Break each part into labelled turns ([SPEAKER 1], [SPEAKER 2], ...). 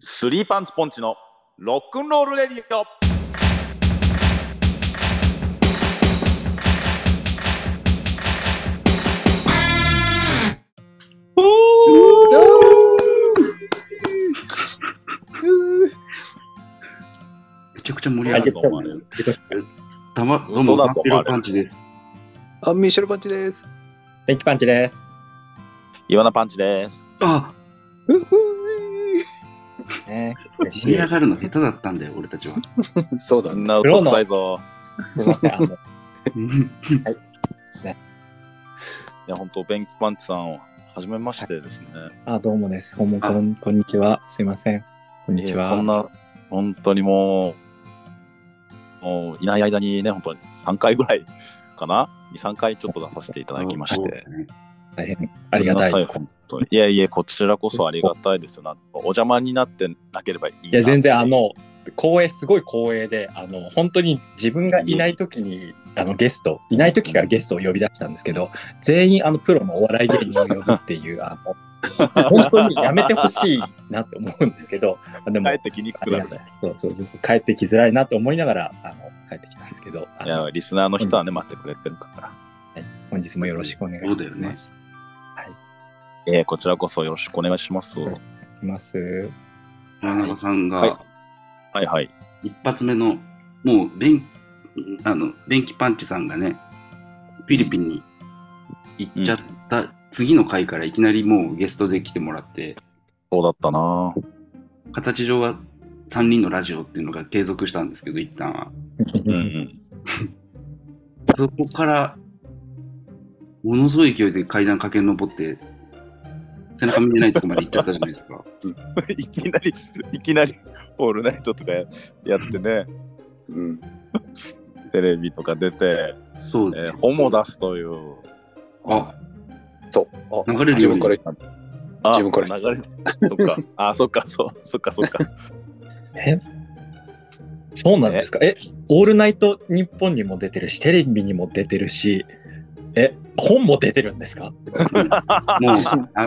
[SPEAKER 1] スリーパンチポンチのロックンロールレディオ。
[SPEAKER 2] めちゃくちゃ盛り
[SPEAKER 3] あ
[SPEAKER 2] 上が
[SPEAKER 3] じ
[SPEAKER 2] る
[SPEAKER 3] ゃ。あ
[SPEAKER 2] たま、どう
[SPEAKER 1] 嘘
[SPEAKER 2] も、
[SPEAKER 1] だ
[SPEAKER 2] マ
[SPEAKER 1] と
[SPEAKER 2] ッピ
[SPEAKER 1] 思われる
[SPEAKER 2] ロパンチです。
[SPEAKER 4] あ、ミシェルパンチです。
[SPEAKER 3] ベンキパンチです。
[SPEAKER 1] イワナパンチです。
[SPEAKER 2] あ、
[SPEAKER 4] うふー
[SPEAKER 3] ね、嬉し
[SPEAKER 2] 盛り
[SPEAKER 3] い
[SPEAKER 2] 上。がるの下手だったんだよ、俺たちは。
[SPEAKER 4] そうだ
[SPEAKER 1] そ
[SPEAKER 4] ね。
[SPEAKER 1] んな嘘くさいぞ。
[SPEAKER 3] すみません。あので
[SPEAKER 2] うん
[SPEAKER 3] すね。
[SPEAKER 1] いや、本当ベンキパンチさんを。はじめましてですね。
[SPEAKER 3] あ、どうもです。こんもこんこんにちは。すいません。こんにち
[SPEAKER 1] い
[SPEAKER 3] は。
[SPEAKER 1] やこんな、本当にもう、もういない間にね、本当に3回ぐらいかな ?2、3回ちょっと出させていただきまし
[SPEAKER 2] そう
[SPEAKER 1] て。
[SPEAKER 2] だね
[SPEAKER 3] 大変ありがたい。
[SPEAKER 1] ごめん
[SPEAKER 3] い
[SPEAKER 1] なさ本当にいやいや、こちらこそありがたいですよ。なんかお邪魔になってなければいいな。
[SPEAKER 3] や、全然あの、光栄、すごい光栄で、あの、本当に自分がいない時に、あの、ゲスト、いない時からゲストを呼び出したんですけど、全員、あの、プロのお笑い芸人を呼ぶっていう、あの、本当にやめてほしいなって思うんですけど、でも
[SPEAKER 1] 帰っ、てきにく
[SPEAKER 3] あ
[SPEAKER 1] く
[SPEAKER 3] り
[SPEAKER 1] な
[SPEAKER 3] が
[SPEAKER 1] る
[SPEAKER 3] たい。そうそうそう、帰ってきづらいなと思いながら、あの、帰ってきたんですけど、あ
[SPEAKER 1] い
[SPEAKER 3] の
[SPEAKER 1] や、リスナーの人はね、待ってくれてるから。
[SPEAKER 3] 本日もよろしくお願い
[SPEAKER 2] そうだよ
[SPEAKER 3] しま
[SPEAKER 2] ね
[SPEAKER 3] す。
[SPEAKER 1] えー、こちらこそよろしくお願いします。
[SPEAKER 3] いいきます。
[SPEAKER 2] 村中さん
[SPEAKER 1] はい
[SPEAKER 2] が、
[SPEAKER 1] はいはい。
[SPEAKER 2] 一発目の、もう、ベン、あの、ベンキパンチさんがね、フィリピンに行っちゃった次の回からいきなりもうゲストで来てもらって、
[SPEAKER 1] そうだったな
[SPEAKER 2] 形上は3人のラジオっていうのが継続したんですけど、一旦は。
[SPEAKER 1] うんうん。
[SPEAKER 2] そこから、ものすごい勢いで階段駆け上って、背中見えないとこまで行っちゃったじゃないですか。
[SPEAKER 1] いきなり、いきなり、オールナイトとかやってね、
[SPEAKER 4] うん。
[SPEAKER 1] テレビとか出て、
[SPEAKER 2] そうです
[SPEAKER 1] えー
[SPEAKER 2] よ、
[SPEAKER 1] 本も出すという。
[SPEAKER 2] あ、
[SPEAKER 4] そう。あ
[SPEAKER 2] 流れるよ
[SPEAKER 4] 自分から
[SPEAKER 1] あ
[SPEAKER 4] 自分から
[SPEAKER 1] 流れてそっか。あ、そっか、そう、そっか、そっか。
[SPEAKER 3] えそうなんですかえオールナイト日本にも出てるし、テレビにも出てるし、え、本も出てるんですか
[SPEAKER 2] もうあ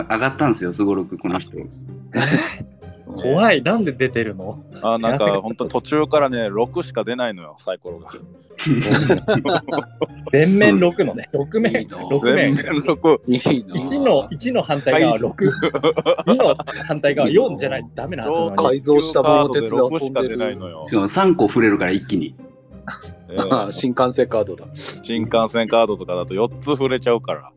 [SPEAKER 2] 上がったんですよ、すごろく、この人。
[SPEAKER 1] い。
[SPEAKER 3] 怖い、なんで出てるの
[SPEAKER 1] あ、なんか、本当途中からね、6しか出ないのよ、サイコロが。
[SPEAKER 3] 全面6のね、6面、
[SPEAKER 4] いいな
[SPEAKER 3] 6
[SPEAKER 1] 全面
[SPEAKER 3] 面。
[SPEAKER 1] 6。
[SPEAKER 4] いいな
[SPEAKER 3] 1の、1の反対側は6、2の反対側は4じゃない、ダメなはずなのに
[SPEAKER 4] 改造した
[SPEAKER 1] カー
[SPEAKER 4] 棒
[SPEAKER 1] ド
[SPEAKER 4] 鉄
[SPEAKER 1] で
[SPEAKER 4] で
[SPEAKER 1] 6
[SPEAKER 4] 遊
[SPEAKER 1] し
[SPEAKER 4] ん
[SPEAKER 1] か
[SPEAKER 4] で
[SPEAKER 1] 出ない
[SPEAKER 4] る。
[SPEAKER 1] のよ
[SPEAKER 2] し。かも3個触れるから一気に。
[SPEAKER 1] え
[SPEAKER 4] あ
[SPEAKER 1] ー
[SPEAKER 4] 新幹線カードだ。
[SPEAKER 1] 新幹線カードとかだと4つ触れちゃうから。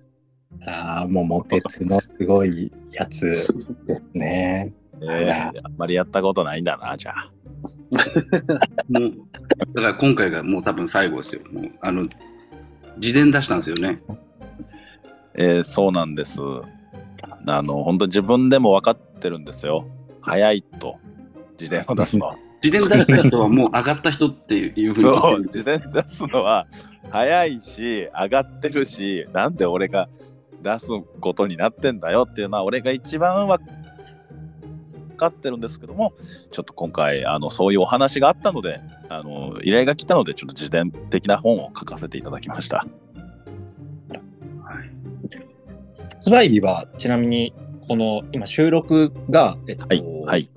[SPEAKER 3] ああ、もうモテツのすごいやつですね。
[SPEAKER 1] えー、あんまりやったことないんだな、じゃあ。
[SPEAKER 2] もう、だから今回がもう多分最後ですよ。もう、あの、自伝出したんですよね。
[SPEAKER 1] えー、そうなんです。あの、本当自分でも分かってるんですよ。早いと、自伝を出すのは。
[SPEAKER 2] 自伝出した人はもう上がった人っていうふうに聞いて
[SPEAKER 1] そう、
[SPEAKER 2] るんです
[SPEAKER 1] 自
[SPEAKER 2] よ
[SPEAKER 1] 伝出すのは早いし、上がってるし、なんで俺が出すことになってんだよっていうのは、俺が一番わかってるんですけども、ちょっと今回、あのそういうお話があったので、あの依頼が来たので、ちょっと自伝的な本を書かせていただきました。
[SPEAKER 2] はい
[SPEAKER 3] 発売日はちなみにこの今収録が、えっと
[SPEAKER 1] はいはい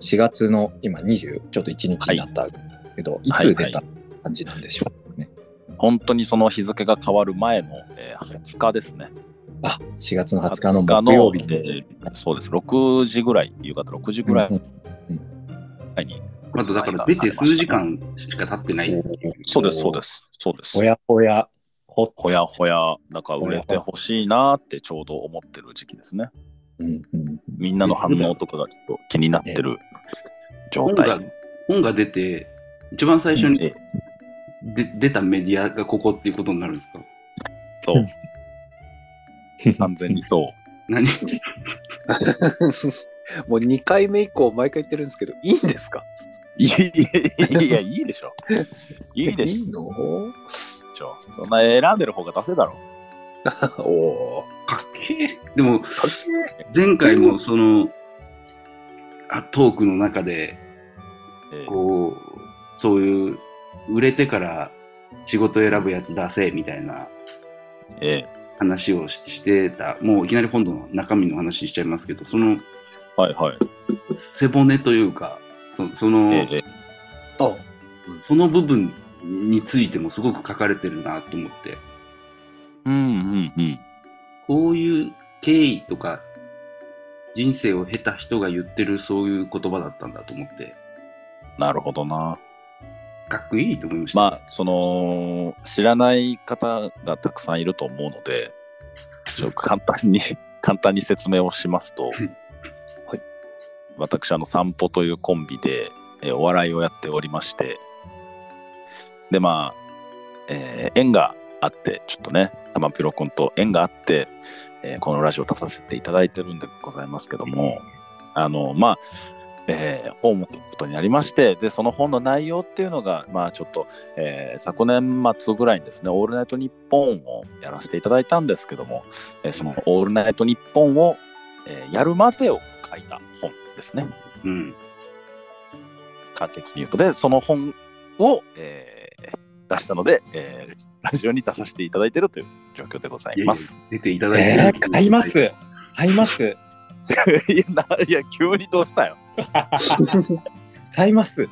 [SPEAKER 3] 4月の今20ちょっと1日になったけど、い、つ出た感じなんでしょうかね、
[SPEAKER 1] 本当にその日付が変わる前の、えー20日ですね。
[SPEAKER 3] あ4月の20日の木曜日
[SPEAKER 1] 20日のえーそうです、6時ぐらい、夕方6時ぐらいに。
[SPEAKER 2] まずだから出て数時間しか経ってない。
[SPEAKER 1] そうです、そうです、そうです。
[SPEAKER 3] ほやほやほっ
[SPEAKER 1] ほやほや、なんか売れてほしいなーってちょうど思ってる時期ですね。
[SPEAKER 3] うんうん
[SPEAKER 1] みんなの反応とかがちょっと気になってる状
[SPEAKER 2] 本が
[SPEAKER 1] 態。、
[SPEAKER 2] 本が出て、一番最初に
[SPEAKER 1] え
[SPEAKER 2] で出たメディアがここっていうことになるんですか
[SPEAKER 1] そう、 完全にそう。
[SPEAKER 2] 何
[SPEAKER 4] もう2回目以降、毎回言ってるんですけど、いいんですか
[SPEAKER 1] いやいや、いいでしょ。いいでし
[SPEAKER 4] いいの お
[SPEAKER 1] ょ。そんな選んでる方が出せだろ。
[SPEAKER 4] お。
[SPEAKER 2] かっけえ。でも、前回もその、あトークの中で、
[SPEAKER 1] ええ
[SPEAKER 2] こう、そういう売れてから仕事選ぶやつ出せみたいな
[SPEAKER 1] ええ。
[SPEAKER 2] 話をししてた、もういきなり今度の中身の話しちゃいますけど、その
[SPEAKER 1] はいはい。
[SPEAKER 2] 背骨というか、そその、
[SPEAKER 1] ええ。
[SPEAKER 4] あ、
[SPEAKER 2] その部分についてもすごく書かれてるなと思って、
[SPEAKER 1] うんうんうん。
[SPEAKER 2] こういう経緯とか、人生を経た人が言ってるそういう言葉だったんだと思って、
[SPEAKER 1] なるほどな。
[SPEAKER 2] かっこいいと思いました。
[SPEAKER 1] まあ、その、知らない方がたくさんいると思うので、ちょっと簡単に、 簡単に説明をしますと、
[SPEAKER 4] はい
[SPEAKER 1] 私、あの、散歩というコンビで、えーお笑いをやっておりまして、で、まあ、えー縁があって、ちょっとね、玉ピロ君と縁があって、えーこのラジオを出させていただいてるんでございますけども、あの、まあ、えー本を書くことになりまして、で、その本の内容っていうのが、まあ、ちょっと、えー昨年末ぐらいにですね、オールナイトニッポンをやらせていただいたんですけども、えーそのオールナイトニッポンを、えーやるまでを書いた本ですね。
[SPEAKER 2] うん。
[SPEAKER 1] 簡潔に言うと。で、その本を、えー出したので、えーラジオに出させていただいているという状況でございます。
[SPEAKER 2] 出ていただいて
[SPEAKER 3] え
[SPEAKER 2] る
[SPEAKER 3] ー、買います。買います。
[SPEAKER 1] いや、ないや急にどうしたよ。
[SPEAKER 3] 買います。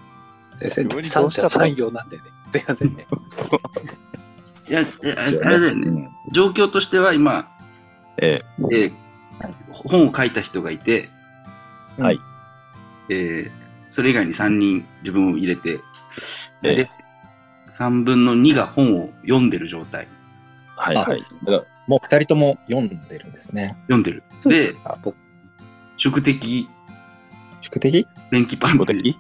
[SPEAKER 4] 先生、
[SPEAKER 1] 無理ど
[SPEAKER 4] 三
[SPEAKER 1] うした
[SPEAKER 4] 者
[SPEAKER 1] の
[SPEAKER 4] 三様なんでね。すいませんね。
[SPEAKER 2] いや、いやあれだよね。
[SPEAKER 1] うん
[SPEAKER 2] 状況としては今、
[SPEAKER 1] え
[SPEAKER 2] えー本を書いた人がいて、
[SPEAKER 1] はい
[SPEAKER 2] えーそれ以外に3人自分を入れて、
[SPEAKER 1] ええ
[SPEAKER 2] で、3分の2が本を読んでる状態。
[SPEAKER 1] はいはい。だから
[SPEAKER 3] もう二人とも読んでるんですね。
[SPEAKER 2] 読んでる。で、
[SPEAKER 4] あ僕
[SPEAKER 2] 宿敵、
[SPEAKER 3] 宿敵
[SPEAKER 2] 電気パン
[SPEAKER 1] 個
[SPEAKER 2] チ
[SPEAKER 1] 的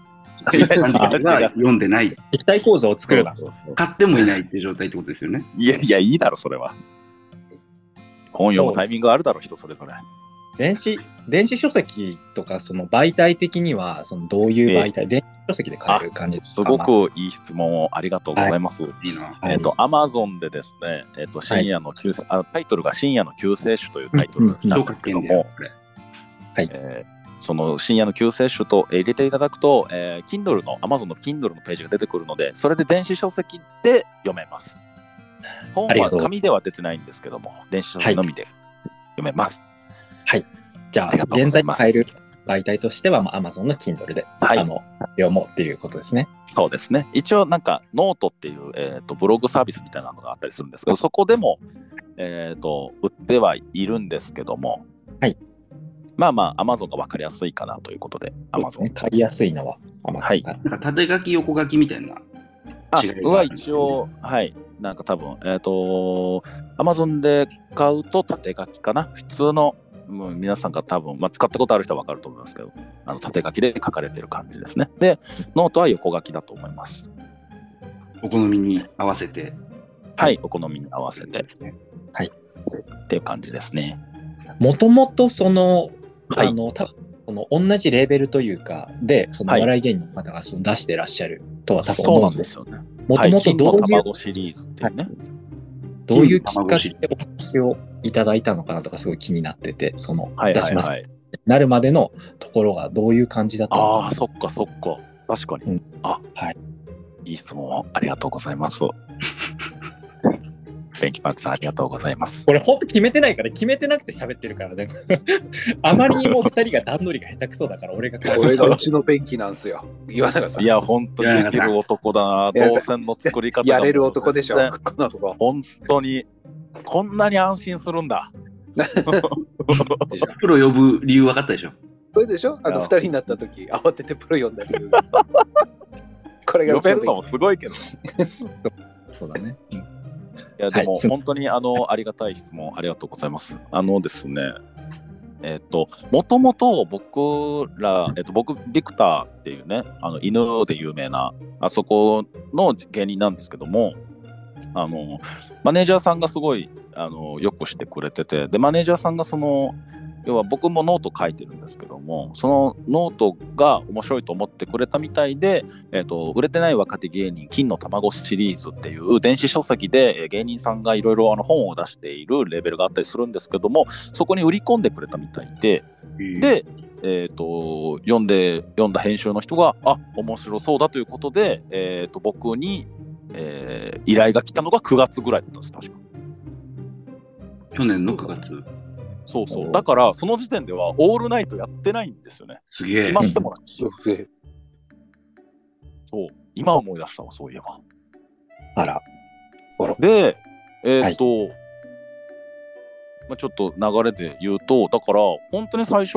[SPEAKER 2] 電気パン チ
[SPEAKER 1] 違
[SPEAKER 2] が
[SPEAKER 1] う
[SPEAKER 2] 読んでない。
[SPEAKER 3] 立体構造を作るな。
[SPEAKER 1] そうそうそう
[SPEAKER 2] 買ってもいないっていう状態ってことですよね。
[SPEAKER 1] いやいや、いいだろ、それは。本読むタイミングあるだろ、人それぞれ。
[SPEAKER 3] 電子、電子書籍とか、その媒体的には、そのどういう媒体、電子書籍で買える感じです
[SPEAKER 1] す
[SPEAKER 3] か
[SPEAKER 1] ご。くいい質問をありがとうございます。
[SPEAKER 2] いいな。
[SPEAKER 3] はい
[SPEAKER 1] えっ、と、アマゾンでですね、えっ、と、深夜の救世、あタイトルが深夜の救世主というタイトルな
[SPEAKER 2] 消
[SPEAKER 1] んで
[SPEAKER 2] 化
[SPEAKER 1] すけども、
[SPEAKER 2] 権だよ、これ。
[SPEAKER 1] えーその深夜の救世主と、えー入れていただくと、えー Kindle の、Amazon の Kindle のページが出てくるので、それで電子書籍で読めます。本
[SPEAKER 3] あり
[SPEAKER 1] は
[SPEAKER 3] がとう
[SPEAKER 1] 紙では出てないんですけども、電子書籍のみで読めます。
[SPEAKER 3] じゃ
[SPEAKER 1] あ
[SPEAKER 3] あ
[SPEAKER 1] りがとうご
[SPEAKER 3] 現
[SPEAKER 1] ざい
[SPEAKER 3] 在
[SPEAKER 1] ます
[SPEAKER 3] 買える媒体としては、まあ、Amazon の Kindle で、
[SPEAKER 1] はい
[SPEAKER 3] あの読もうっていうことですね。
[SPEAKER 1] そうですね。一応なんかノートっていう、えー、とブログサービスみたいなのがあったりするんですけど、そこでも、えー、と売ってはいるんですけども、
[SPEAKER 3] はい、
[SPEAKER 1] まあまあ、Amazon が分かりやすいかなということで、
[SPEAKER 3] そうです
[SPEAKER 1] Amazon
[SPEAKER 3] ね。買いやすいのは Amazon
[SPEAKER 1] はい
[SPEAKER 3] が
[SPEAKER 2] なんか縦書き、横書きみたいな。
[SPEAKER 1] あ
[SPEAKER 2] 違いが
[SPEAKER 1] は一応、はい、なんか多分、えっ、と、Amazon で買うと縦書きかな。普通の、もう皆さんが多分、まあ、使ったことある人は分かると思いますけど、あの縦書きで書かれてる感じですね。で、ノートは横書きだと思います。
[SPEAKER 2] お好みに合わせて。
[SPEAKER 1] はい、お好みに合わせてっていう感じですね。
[SPEAKER 3] もともとその、
[SPEAKER 1] はい
[SPEAKER 3] あの、多分この同じレベルというか、で、その
[SPEAKER 1] はい
[SPEAKER 3] お笑い芸人の方がその出してらっしゃるとは多分
[SPEAKER 1] そう
[SPEAKER 3] 思
[SPEAKER 1] な
[SPEAKER 3] うんん
[SPEAKER 1] で
[SPEAKER 3] ですす
[SPEAKER 1] よね。
[SPEAKER 3] もともとどう
[SPEAKER 1] はい金の
[SPEAKER 3] いう、
[SPEAKER 1] 卵シリーズっていうね。
[SPEAKER 3] どういうきっ
[SPEAKER 2] 金卵
[SPEAKER 3] か
[SPEAKER 2] シ
[SPEAKER 3] け
[SPEAKER 2] リ
[SPEAKER 3] でお話をいただいたのかなとか、すごい気になってて、その、
[SPEAKER 1] はい
[SPEAKER 3] 出
[SPEAKER 1] は
[SPEAKER 3] し
[SPEAKER 1] い
[SPEAKER 3] ます。
[SPEAKER 1] はい。
[SPEAKER 3] なるまでのところがどういう感じだったのか
[SPEAKER 1] あ
[SPEAKER 3] な
[SPEAKER 1] あ、そっかそっか。確かに。
[SPEAKER 3] うん
[SPEAKER 1] あ
[SPEAKER 3] はい。
[SPEAKER 1] いい質問をありがとうございます。電気パンツさんありがとうございます。
[SPEAKER 3] これほんと決めてないから、決めてなくて喋ってるからね。 あまりにも二人が段取りが下手くそだから、俺が
[SPEAKER 4] これがうちの便器なんすよ。岩永さん。
[SPEAKER 1] いや、本当にできる男だな。
[SPEAKER 4] いや
[SPEAKER 1] 動線の作り方が
[SPEAKER 4] やれる男でしょ
[SPEAKER 1] 全。然
[SPEAKER 4] この男。
[SPEAKER 1] 本当に、こんなに安心するんだ。
[SPEAKER 4] でしょ
[SPEAKER 2] プロ呼ぶ理由分かったでしょ。
[SPEAKER 4] これでしょあ
[SPEAKER 1] いや
[SPEAKER 4] の、二人になった時、慌ててプロ呼んだ理由。 これが
[SPEAKER 1] 呼
[SPEAKER 4] うち
[SPEAKER 1] べ
[SPEAKER 4] の
[SPEAKER 1] るの
[SPEAKER 4] 便
[SPEAKER 1] もすごいけど。い
[SPEAKER 3] そうだね。
[SPEAKER 1] や、でも
[SPEAKER 3] はいす
[SPEAKER 1] 本当にあの、ありがたい質問ありがとうございます。あのですね、えっと、もともと僕ら、えっと、僕、ビクターっていうね、あの犬で有名な、あそこの芸人なんですけども、あの、マネージャーさんがすごい、あの、よくしてくれてて、で、マネージャーさんがその、要は僕もノート書いてるんですけども、そのノートが面白いと思ってくれたみたいで、えっと売れてない若手芸人金の卵シリーズっていう電子書籍でえー芸人さんがいろいろ本を出しているレベルがあったりするんですけどもそこに売り込んでくれたみたいで、でえー、と読んで読んだ編集の人があ面白そうだということで、えー、と僕に、えー依頼が来たのが9月ぐらいだったんです確か
[SPEAKER 2] 去年の9月。
[SPEAKER 1] そうそ
[SPEAKER 4] お
[SPEAKER 1] う
[SPEAKER 4] ー
[SPEAKER 1] だからその時点ではオールナイトやってないんですよね
[SPEAKER 2] すげえ。
[SPEAKER 1] 決まってもない
[SPEAKER 4] すげえ
[SPEAKER 1] そう今思い出したわそういえば
[SPEAKER 3] あら。
[SPEAKER 1] でえーっと、まあ、ちょっと流れで言うとだから本当に最初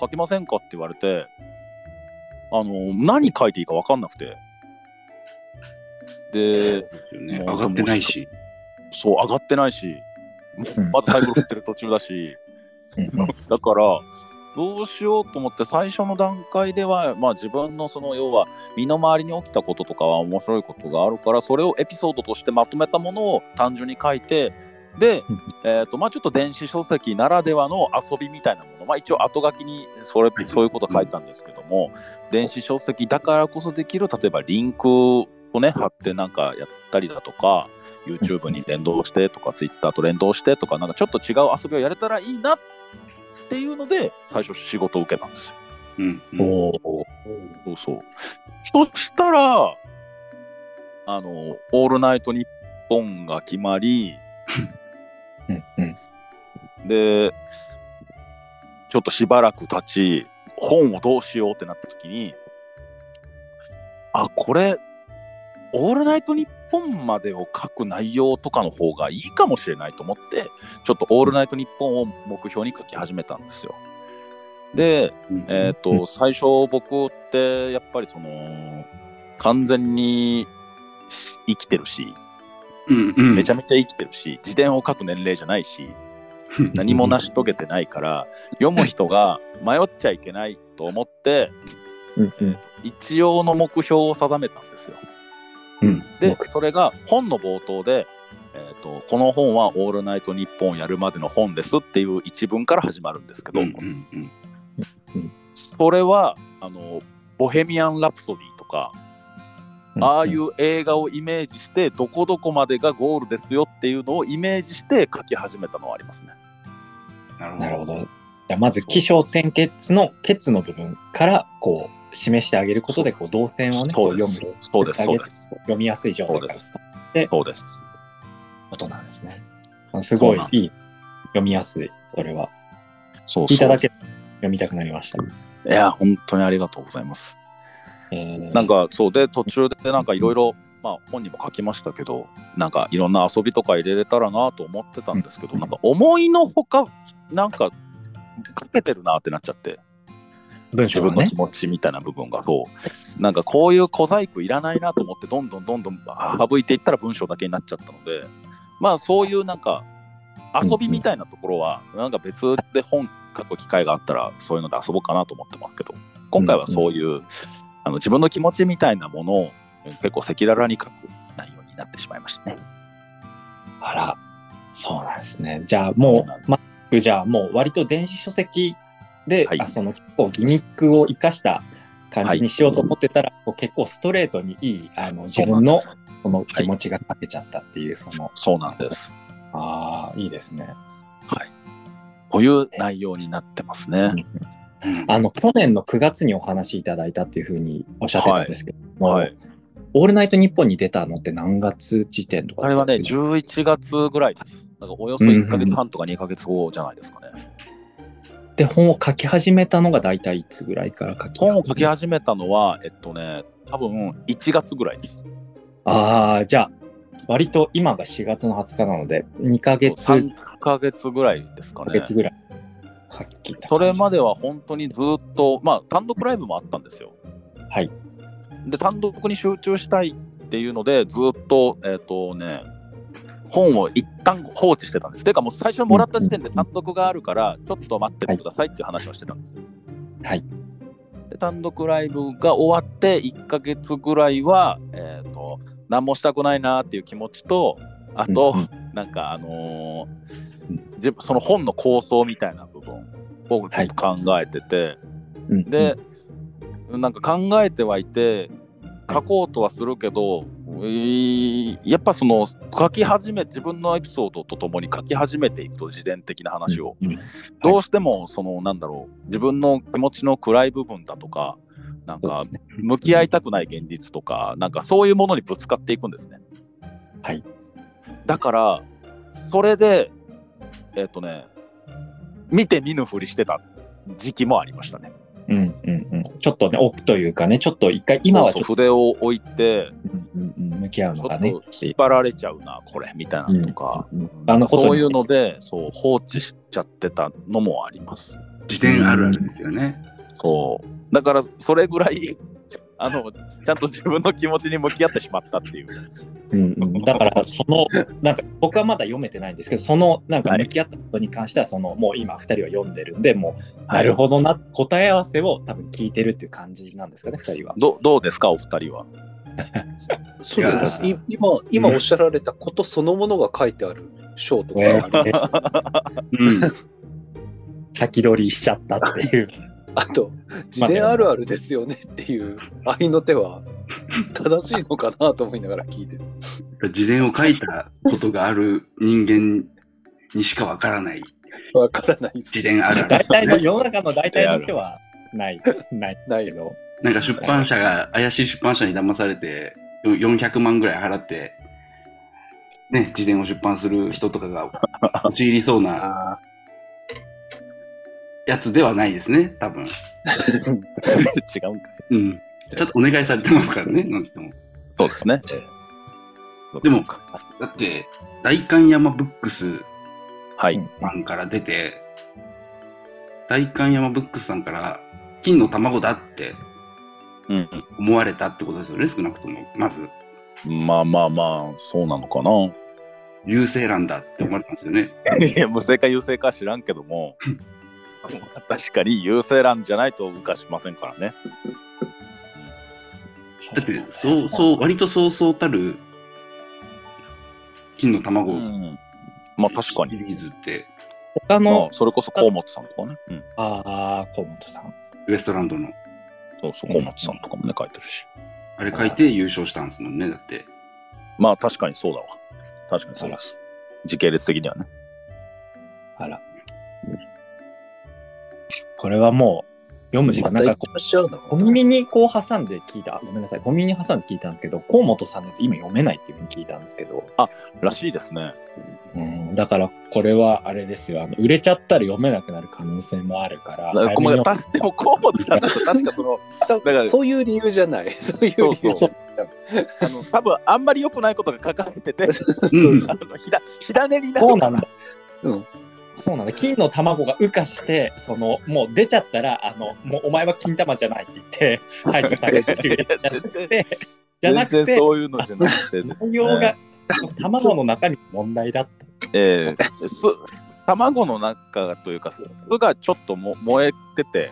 [SPEAKER 1] 書きませんかって言われてあの何書いていいか分かんなくてで
[SPEAKER 2] ですよね。
[SPEAKER 1] もう
[SPEAKER 2] 上がってないし。
[SPEAKER 1] そう上がってないし、
[SPEAKER 3] うん
[SPEAKER 1] またサイコロ振ってる途中だし、だからどうしようと思って最初の段階では、まあ、自分のその要は身の回りに起きたこととかは面白いことがあるからそれをエピソードとしてまとめたものを単純に書いてで
[SPEAKER 3] うん、
[SPEAKER 1] えーとまあ、ちょっと電子書籍ならではの遊びみたいなもの、まあ、一応後書きにそれ
[SPEAKER 2] はい
[SPEAKER 1] そういうこと書いたんですけども、電子書籍だからこそできる例えばリンクをね貼ってなんかやったりだとか YouTube に連動してとか Twitter と連動してとかなんかちょっと違う遊びをやれたらいいなっていうので最初仕事を受けたんですよ。
[SPEAKER 2] うん。うん
[SPEAKER 3] おお。
[SPEAKER 1] そうそう。そしたら、あの、オールナイトニッポンが決まり、
[SPEAKER 3] うんうん。
[SPEAKER 1] で、ちょっとしばらく経ち、本をどうしようってなった時に、あ、これ、オールナイトニッポンまでを書く内容とかの方がいいかもしれないと思って、ちょっとオールナイトニッポンを目標に書き始めたんですよ。で、
[SPEAKER 2] うん
[SPEAKER 1] えっ、
[SPEAKER 3] う
[SPEAKER 1] と、最初僕って、やっぱりその、完全に生きてるし、
[SPEAKER 2] うんうん。
[SPEAKER 1] めち
[SPEAKER 2] ゃ
[SPEAKER 1] ゃめちゃ生きてるし、自伝を書く年齢じゃないし、何も成し遂げてないから、読む人が迷っちゃいけないと思って、
[SPEAKER 3] うんうん。
[SPEAKER 1] 一応の目標を定めたんですよ。
[SPEAKER 3] うん。
[SPEAKER 1] で、それが本の冒頭で、えーと、この本はオールナイト日本をやるまでの本ですっていう一文から始まるんですけ
[SPEAKER 2] う
[SPEAKER 1] ど、
[SPEAKER 2] んうんうん。
[SPEAKER 1] それはあのボヘミアン・ラプソディとか、ああい。う映画をイメージして、どこどこまでがゴールですよっていうのをイメージして書き始めたのはありますね。
[SPEAKER 2] な
[SPEAKER 3] な
[SPEAKER 2] る
[SPEAKER 3] る
[SPEAKER 2] ほ
[SPEAKER 3] ほ
[SPEAKER 2] ど。
[SPEAKER 3] ど。じゃあまず、起承転結の結の部分から、こう、示してあげることで、こう、動線をね、こ
[SPEAKER 1] そうう
[SPEAKER 3] 読
[SPEAKER 1] で
[SPEAKER 3] む
[SPEAKER 1] す。。そうです。そうです。
[SPEAKER 3] 読みやすい状態からスタートで
[SPEAKER 1] そうです。
[SPEAKER 3] ことなんですね。すごい
[SPEAKER 1] そうなん
[SPEAKER 3] いい。読みやすい。これは。
[SPEAKER 1] そう
[SPEAKER 3] 聞いただ
[SPEAKER 1] け。
[SPEAKER 3] け読みたくなりました。
[SPEAKER 1] いや、本当にありがとうございます。な、
[SPEAKER 3] なん
[SPEAKER 1] か、そうで、途中でなんかいろいろ、まあ本にも書きましたけど、なんかいろんな遊びとか入れれたらなと思ってたんですけど、
[SPEAKER 3] うん
[SPEAKER 1] なんか思いのほか、なんか、かけてるなってなっちゃって。
[SPEAKER 3] 文
[SPEAKER 1] 自
[SPEAKER 3] 章が
[SPEAKER 1] 分の
[SPEAKER 3] ね
[SPEAKER 1] 気。持ちみたいな部分がそうなんかこういう小細工いらないなと思ってどんどんどんどん省いていったら文章だけになっちゃったのでまあそういうなんか遊びみたいなところはなんか別で本書く機会があったらそういうので遊ぼうかなと思ってますけど今回はそういうあの自分の気持ちみたいなものを結構赤裸々に書く内容になってしまいましたね。
[SPEAKER 3] あら、そうなんですね。じゃあもう、マックじゃあもう割と電子書籍で、
[SPEAKER 1] はい
[SPEAKER 3] あその結構ギミックを生かした感じにしようと思ってたら、こう結構ストレートにいいあの自分のその気持ちが立てちゃったっていう、その、
[SPEAKER 1] そうなんです。
[SPEAKER 3] ああ、いいですね。
[SPEAKER 1] という内容になってますね。
[SPEAKER 3] あの、去年の9月にお話しいただいたっていうふうにおっしゃってたんですけども、
[SPEAKER 1] はい、
[SPEAKER 3] オールナイトニッポンに出たのって何月時点とか
[SPEAKER 1] あれはね、11月ぐらいです。なんかおよそ1ヶ月半とか2ヶ月後じゃないですかね。
[SPEAKER 3] で、本を書き始めたのが大体いつぐらいから書き
[SPEAKER 1] 本を書き始めたのは、えっとね、多分1月ぐらいです。
[SPEAKER 3] ああ、じゃあ、割と今が4月の20日なので、2ヶ月、
[SPEAKER 1] 3ヶ月ぐらいですか
[SPEAKER 3] ヶ
[SPEAKER 1] ね。
[SPEAKER 3] 月ぐらい書きた感じ
[SPEAKER 1] それまでは本当にずっと、まあ、単独ライブもあったんですよ。
[SPEAKER 3] はい。
[SPEAKER 1] で、単独に集中したいっていうので、ずっと、えっとね、本を一旦放置してたんです。てか、もう最初にもらった時点で単独があるから、ちょっと待っててくださいっていう話をしてたんです。
[SPEAKER 3] はい。
[SPEAKER 1] で単独ライブが終わって1ヶ月ぐらいは、えー、と何もしたくないなっていう気持ちとあと、
[SPEAKER 3] うん
[SPEAKER 1] なんかあのー
[SPEAKER 3] うん
[SPEAKER 1] 自分その本の構想みたいな部分をちょっと考えてて、
[SPEAKER 3] うん、
[SPEAKER 1] で、なんか考えてはいて書こうとはするけどえーやっぱその書き始め自分のエピソードとともに書き始めていくと自伝的な話を、
[SPEAKER 3] うんうん
[SPEAKER 1] どうしてもそのなんだろう自分の気持ちの暗い部分だとかなん
[SPEAKER 3] そう
[SPEAKER 1] か
[SPEAKER 3] ですね
[SPEAKER 1] 向き合いたくない現実とか、なんかそういうものにぶつかっていくんですね。
[SPEAKER 3] はい。
[SPEAKER 1] だから、それで、えっ、とね、見て見ぬふりしてた時期もありましたね。
[SPEAKER 3] うんうんうん。ちょっとね、置くというかね、ちょっと一回、今はち
[SPEAKER 1] そう
[SPEAKER 3] ょ
[SPEAKER 1] そ
[SPEAKER 3] っと
[SPEAKER 1] う筆を置いて、
[SPEAKER 3] うんうんうん向き合う
[SPEAKER 1] ち
[SPEAKER 3] の
[SPEAKER 1] ょ
[SPEAKER 3] が
[SPEAKER 1] っ
[SPEAKER 3] ね。
[SPEAKER 1] と引っ張られちゃうな、これ、みたいなのとか、
[SPEAKER 3] うんうん
[SPEAKER 1] なんか
[SPEAKER 3] ことに
[SPEAKER 1] そういうので、そう、放置しちゃってたのもあります。
[SPEAKER 2] 自伝あるあるですよね。
[SPEAKER 1] そう。だから、それぐらい、 あの、ちゃんと自分の気持ちに向き合ってしまったっていう。
[SPEAKER 3] うんうん だから、その、なんか、僕はまだ読めてないんですけど、その、なんか、向き合ったことに関しては、その、もう今、二人は読んでるんで、もう、なるほどな、答え合わせを多分聞いてるっていう感じなんですかね、二人は。
[SPEAKER 1] どどうですか、お二人は。
[SPEAKER 4] そうですね。い今、今おっしゃられたことそのものが書いてある章とかあります
[SPEAKER 3] ね
[SPEAKER 2] うん。
[SPEAKER 3] 先取りしちゃったっていう。
[SPEAKER 4] あと、自伝あるあるですよねっていう合いの手は正しいのかなと思いながら聞いてる。
[SPEAKER 2] 自伝を書いたことがある人間にしかわからない
[SPEAKER 4] わからない
[SPEAKER 2] 自伝 あるあ
[SPEAKER 3] 大
[SPEAKER 2] る。
[SPEAKER 3] 体の、世の中の大体の人は、ない、ない
[SPEAKER 4] ない
[SPEAKER 3] けど。
[SPEAKER 2] なんか出版社が、怪しい出版社に騙されて、よ400万ぐらい払って、ね、自伝を出版する人とかが陥りそうな
[SPEAKER 4] な。
[SPEAKER 2] やつではないですね、多分。
[SPEAKER 1] 違うんかい。
[SPEAKER 2] うん。ちょっとお願いされてますからね、なんつっても。
[SPEAKER 1] そうですね。
[SPEAKER 2] でも、だって、代官山ブックス
[SPEAKER 1] はい。
[SPEAKER 3] うん
[SPEAKER 2] 版から出て、代官山ブックスさんから、金の卵だって
[SPEAKER 1] うん
[SPEAKER 2] 思われたってことですよね、少なくとも。まず、
[SPEAKER 1] まあまあまあ、そうなのかな。
[SPEAKER 2] 優勢欄だって思われたんですよね。
[SPEAKER 1] いや、無性か優勢か知らんけども、確かに優勢欄じゃないと浮かしませんからね。
[SPEAKER 2] だって、そう、そう、割とそうそうたる、金の卵
[SPEAKER 1] うん、まあ確か
[SPEAKER 2] シ
[SPEAKER 1] に。
[SPEAKER 2] リーズって、
[SPEAKER 3] 他
[SPEAKER 1] まあ
[SPEAKER 3] の、、
[SPEAKER 1] それこそ河本さんとかね。うん。
[SPEAKER 3] ああ、河本さん。
[SPEAKER 2] ウエストランドの、
[SPEAKER 1] そうそう、河本さんとかもね、書いてるし。
[SPEAKER 2] あれ書いて優勝したんですもんね、だって。
[SPEAKER 1] まあ確かにそうだわ。確かにそうです。時系列的にはね。
[SPEAKER 3] あら。これはもう、読むしか
[SPEAKER 4] ま
[SPEAKER 3] な
[SPEAKER 4] た
[SPEAKER 3] ん
[SPEAKER 4] 行
[SPEAKER 3] か
[SPEAKER 4] っ
[SPEAKER 3] こう、
[SPEAKER 4] ちゃうの
[SPEAKER 3] 小耳にこう挟んで聞いた、あごめんなさい、小耳に挟んで聞いたんですけど、河本さんのやつ今読めないっていうふうに聞いたんですけど、
[SPEAKER 1] らしいですね。
[SPEAKER 3] うん、だからこれはあれですよあの、売れちゃったら読めなくなる可能性もあるか
[SPEAKER 1] だ
[SPEAKER 3] ら、
[SPEAKER 1] から
[SPEAKER 3] 早めに
[SPEAKER 1] た でも河本さんだと確かその、
[SPEAKER 4] 多分
[SPEAKER 1] だから
[SPEAKER 4] そういう理由じゃない。そういう理由じゃない。
[SPEAKER 1] あの多分あんまり良くないことが書かれてて、
[SPEAKER 2] うん。
[SPEAKER 1] あの ひだ火種になる
[SPEAKER 3] そうなんだ。
[SPEAKER 4] うん
[SPEAKER 3] そうなんだ金の卵が羽化してそのもう出ちゃったらあのもうお前は金玉じゃないって言って排除されてる
[SPEAKER 1] いや全
[SPEAKER 3] でじゃなく
[SPEAKER 1] 全然
[SPEAKER 3] て
[SPEAKER 1] そういうのじゃなくてですね
[SPEAKER 3] 内容が卵の中身の問題だった
[SPEAKER 1] ええす卵の中というか巣がちょっとも燃えてて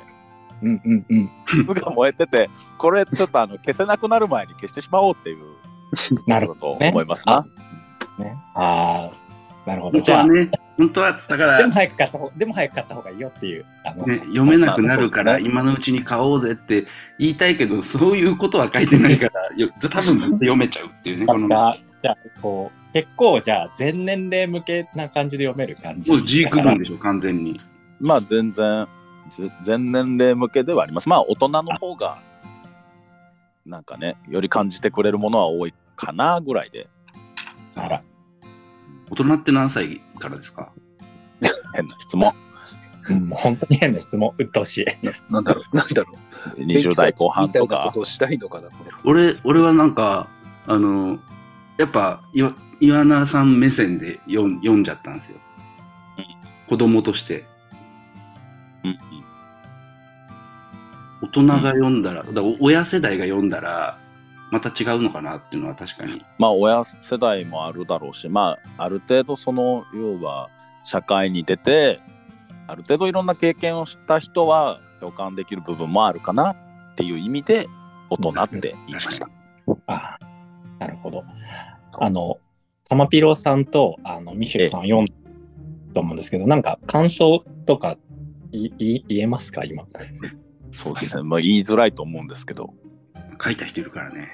[SPEAKER 3] うんうんうん
[SPEAKER 1] 巣が燃えててこれちょっとあの消せなくなる前に消してしまおうっていう
[SPEAKER 3] なるほ
[SPEAKER 1] ことと
[SPEAKER 3] どね
[SPEAKER 1] 思いますな、
[SPEAKER 3] どねああなるほど
[SPEAKER 2] 本
[SPEAKER 3] じ
[SPEAKER 2] 当
[SPEAKER 3] ゃ
[SPEAKER 2] は
[SPEAKER 3] あ
[SPEAKER 2] ね、本当は、だから、
[SPEAKER 3] でも
[SPEAKER 2] ね、
[SPEAKER 3] 早く買った方でも早く買った方がいいよっていうあの、
[SPEAKER 2] 読めなくなるか
[SPEAKER 1] そ
[SPEAKER 2] ら、
[SPEAKER 1] うそう
[SPEAKER 2] 今のうちに買おうぜって言いたいけど、そういうことは書いてないから、よ多分ずっと読めちゃうっていうね、この、も
[SPEAKER 3] あじゃあこう結構じゃあ全年齢向けな感じで読める感じ
[SPEAKER 2] う G 区分でしょ、完全に。
[SPEAKER 1] まあ全然ぜ全年齢向けではありますまあ大人の方がなんかねより感じてくれるものは多いかなぐらいで
[SPEAKER 3] あら
[SPEAKER 2] 大人って何歳からですか
[SPEAKER 1] 変な質問
[SPEAKER 3] うんもう本当に変な質問うっとうしい
[SPEAKER 4] なんだろう、なんだろう。
[SPEAKER 1] 20代後半と
[SPEAKER 4] みたいなこ
[SPEAKER 1] か
[SPEAKER 4] とをしたいのかな。この
[SPEAKER 2] 俺俺はなんかあのやっぱ岩岩名さん目線で読ん読んじゃったんですよ、
[SPEAKER 1] うん
[SPEAKER 2] 子供として
[SPEAKER 1] うんうん
[SPEAKER 2] 大人が読んだら,、だからお親世代が読んだらまた違うのかなっていうのは確かに
[SPEAKER 1] まあ親世代もあるだろうし、まあある程度その要は社会に出て、ある程度いろんな経験をした人は共感できる部分もあるかなっていう意味で大人って言いました。
[SPEAKER 3] ああ、なるほど。あの、玉ピロさんとあのミシェルさん読んだと思うんですけど、なんか感想とかいい言えますか、今。
[SPEAKER 1] そうですね。まあ言いづらいと思うんですけど。
[SPEAKER 2] 書いた人いるからね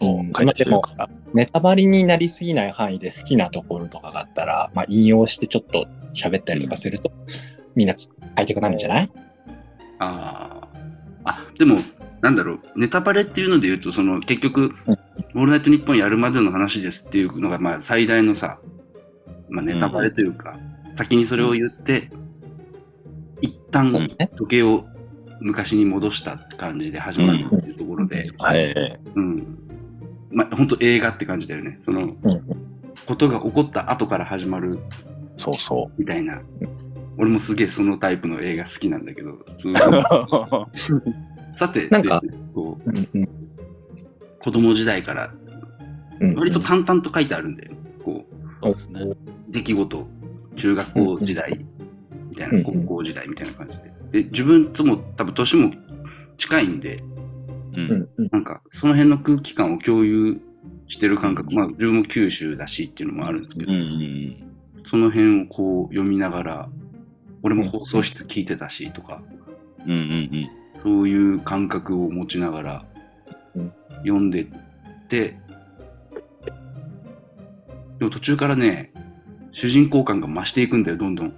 [SPEAKER 3] うん
[SPEAKER 1] 書いてきてるから。
[SPEAKER 3] ネタバレになりすぎない範囲で好きなところとかがあったら、まあ、引用してちょっと喋ったりとかすると、みんな会いたくなるんじゃない
[SPEAKER 2] あーあでもなんだろうネタバレっていうので言うとその結局「
[SPEAKER 3] うん
[SPEAKER 2] オールナイトニッポン」やるまでの話ですっていうのが、まあ、最大のさ、まあ、ネタバレというか、先にそれを言って、一旦
[SPEAKER 3] そう
[SPEAKER 2] 時
[SPEAKER 3] ね。
[SPEAKER 2] 計を昔に戻したって感じで始まるっていうところで、
[SPEAKER 1] はい。
[SPEAKER 2] うんまあ本当映画って感じだよねその
[SPEAKER 3] うん
[SPEAKER 2] ことが起こった後から始まる
[SPEAKER 1] そうそ
[SPEAKER 2] みたいな俺もすげえそのタイプの映画好きなんだけどその
[SPEAKER 1] う。
[SPEAKER 2] さて
[SPEAKER 3] なんか
[SPEAKER 2] でこう
[SPEAKER 3] うんうん
[SPEAKER 2] 子供時代から
[SPEAKER 3] うん
[SPEAKER 2] 割と淡々と書いてあるんで、こう
[SPEAKER 1] そうですね。
[SPEAKER 2] 出来事中学校時代みたいな、
[SPEAKER 3] うん
[SPEAKER 2] 高校時代みたいな感じでで自分とも多分年も近いんで
[SPEAKER 1] う。
[SPEAKER 3] うんんうん
[SPEAKER 2] なんかその辺の空気感を共有してる感覚まあ自分も九州だしっていうのもあるんですけ
[SPEAKER 1] う
[SPEAKER 2] ど、
[SPEAKER 1] ん。
[SPEAKER 2] その辺をこう読みながら俺も放送室聞いてたしとか
[SPEAKER 1] うん。うん。
[SPEAKER 2] そういう感覚を持ちながら
[SPEAKER 3] うん
[SPEAKER 2] 読んでって、でも途中からね、主人公感が増していくんだよ、どんどん。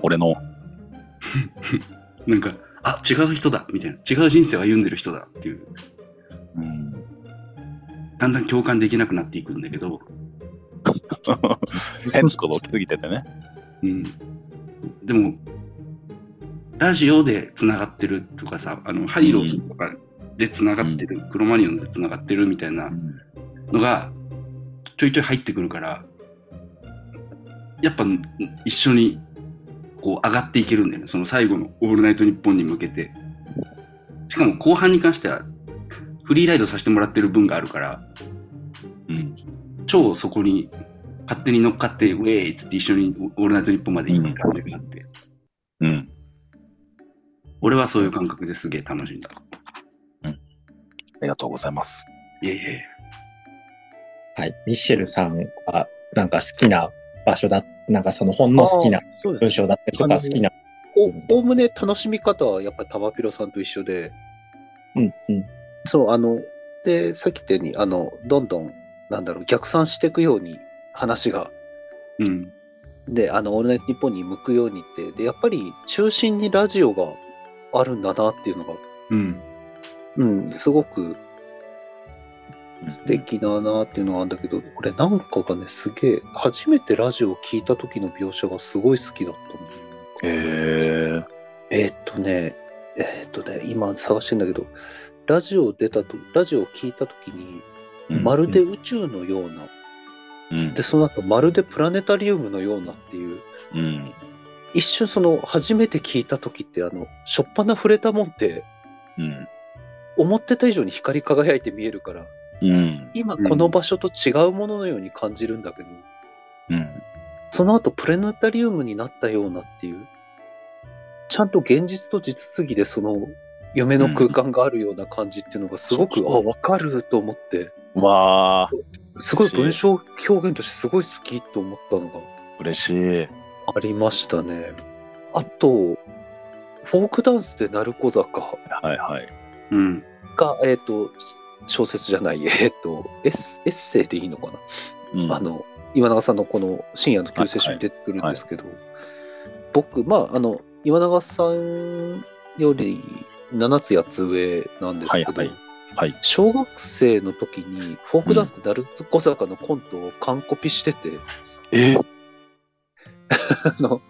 [SPEAKER 1] 俺の。
[SPEAKER 2] なんか、あ違う人だみたいな、違う人生を歩んでる人だっていう、
[SPEAKER 1] うん。
[SPEAKER 2] だんだん共感できなくなっていくんだけど、
[SPEAKER 1] 変なこと起きすぎててね。
[SPEAKER 2] うん、でも、ラジオでつながってるとかさ、あのハイローズとかでつながってる、クロマニオンズでつながってるみたいなのがちょいちょい入ってくるからやっぱん一緒にこう上がっていけるんだよねその最後の「オールナイトニッポン」に向けてしかも後半に関してはフリーライドさせてもらってる分があるから
[SPEAKER 1] うん。
[SPEAKER 2] 超そこに勝手に乗っかって「ウェーイ!」っつって一緒に「オールナイトニッポン」まで行く感じがあって、
[SPEAKER 1] うん。
[SPEAKER 2] 俺はそういう感覚ですげえ楽しんだ
[SPEAKER 1] ありがとうございます。
[SPEAKER 2] いやいやいや
[SPEAKER 3] はい。ミッシェルさんは、なんか好きな場所だ、なんかその本の好きな
[SPEAKER 4] あーそうで
[SPEAKER 3] 文
[SPEAKER 4] す
[SPEAKER 3] 章だったりとか、
[SPEAKER 4] あの
[SPEAKER 3] 好きな、
[SPEAKER 4] おおむね楽しみ方はやっぱりタマピロさんと一緒で、
[SPEAKER 3] うんうん。
[SPEAKER 4] そう、あの、で、さっき言ったように、あの、どんどん、なんだろう、逆算していくように話が、
[SPEAKER 2] うん
[SPEAKER 4] で、あの、オールナイトニッポンに向くようにって、で、やっぱり中心にラジオがあるんだなっていうのが、
[SPEAKER 2] うん
[SPEAKER 4] うん、すごく素敵だなっていうのはあるんだけど、これなんかがね、すげえ、初めてラジオを聞いた時の描写がすごい好きだったんだよ
[SPEAKER 1] へえ。
[SPEAKER 4] えーっとね、えーっとね、今探してんだけど、ラジオ出たと、ラジオを聞いた時に、まるで宇宙のような、
[SPEAKER 1] うん
[SPEAKER 4] で、。その後、まるでプラネタリウムのようなっていう、
[SPEAKER 1] うん。
[SPEAKER 4] 一瞬その、初めて聞いた時って、あの、しょっぱな触れたもんって、
[SPEAKER 1] うん。
[SPEAKER 4] 思ってた以上に光り輝いて見えるから、
[SPEAKER 1] うん。
[SPEAKER 4] 今
[SPEAKER 2] うん
[SPEAKER 4] この場所と違うもののように感じるんだけど、
[SPEAKER 1] うん。
[SPEAKER 4] その後、プラネタリウムになったようなっていう、ちゃんと現実と実技でその、夢の空間があるような感じっていうのがすごく、
[SPEAKER 1] そう
[SPEAKER 4] あ、
[SPEAKER 1] そう
[SPEAKER 4] わかると思って、
[SPEAKER 1] わあ、
[SPEAKER 4] すごい文章表現としてすごい好きと思ったのが
[SPEAKER 1] 嬉しい。
[SPEAKER 4] ありましたね。あと、フォークダンスで鳴子坂
[SPEAKER 1] はいはい。
[SPEAKER 2] うん
[SPEAKER 4] が、えっ、と、小説じゃない、えっ、とエッセ、エッセイでいいのかな、
[SPEAKER 1] うん
[SPEAKER 4] あの、今永さんのこの深夜の救世主に出てくるんですけど、僕、まあ、あの、今永さんより7つ8つ上なんですけど、
[SPEAKER 1] はいはいはい
[SPEAKER 4] 小学生の時にフォークダンスで鳴子坂のコントを完コピして て、
[SPEAKER 1] え
[SPEAKER 4] あの、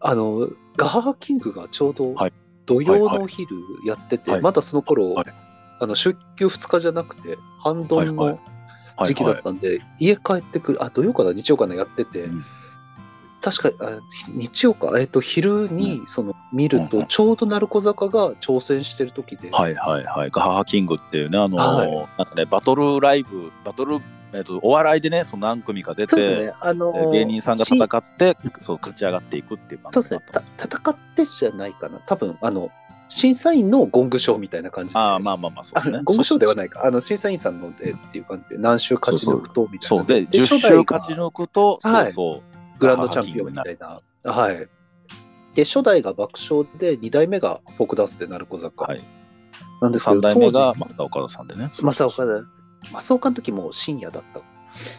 [SPEAKER 4] あの、ガハハキングがちょうど
[SPEAKER 1] はい
[SPEAKER 4] 土曜のお昼やってて、
[SPEAKER 1] はいはい
[SPEAKER 4] まだその頃、
[SPEAKER 1] はい
[SPEAKER 4] あの出休2日じゃなくて、半ドン
[SPEAKER 1] はいは
[SPEAKER 4] の
[SPEAKER 1] いはい
[SPEAKER 4] 時期だったんで、家帰ってくる、あ、土曜かな、日曜かな、やってて、
[SPEAKER 1] うん
[SPEAKER 4] 確かあひ日曜か、えっと、昼にその見る
[SPEAKER 1] うん
[SPEAKER 4] と、
[SPEAKER 1] うん
[SPEAKER 4] ちょうど鳴子坂が挑戦してる時で、
[SPEAKER 1] はいはいはい。ガハハキングっていうね、あのー
[SPEAKER 4] はい
[SPEAKER 1] なんかね、バトルライブ、バトル、えっと、お笑いでね、その何組か出
[SPEAKER 4] そう
[SPEAKER 1] て、
[SPEAKER 4] ですね、あの
[SPEAKER 1] え
[SPEAKER 4] ー
[SPEAKER 1] 芸人さんが戦って、そう、勝ち上がっていくっていう番
[SPEAKER 4] そう
[SPEAKER 1] 組
[SPEAKER 4] です
[SPEAKER 1] だっ
[SPEAKER 4] ね
[SPEAKER 1] た。
[SPEAKER 4] た戦ってじゃないかな、多分あの審査員のゴングショーみたいな感じで
[SPEAKER 1] ああ、まあまあまあ、そうですね。
[SPEAKER 4] あ。ゴングショーではないいか、あの審査員さんのでっていう感じで、何週勝ち抜くとみたい
[SPEAKER 1] そ
[SPEAKER 4] な。
[SPEAKER 1] うで、10
[SPEAKER 4] 初
[SPEAKER 1] 周
[SPEAKER 4] 代が
[SPEAKER 1] 勝ち抜くと、
[SPEAKER 4] はい
[SPEAKER 1] そうそう。
[SPEAKER 4] グランドチャンピオンみたいな。はい。で、初代が爆笑で、2代目がフォークダンスで鳴子坂。
[SPEAKER 1] はい
[SPEAKER 4] なんですけ
[SPEAKER 1] 三
[SPEAKER 4] ど、
[SPEAKER 1] 代目が
[SPEAKER 4] 当
[SPEAKER 1] 松田岡田さんでね。
[SPEAKER 4] 時、正岡だ。正岡の時も深夜だった。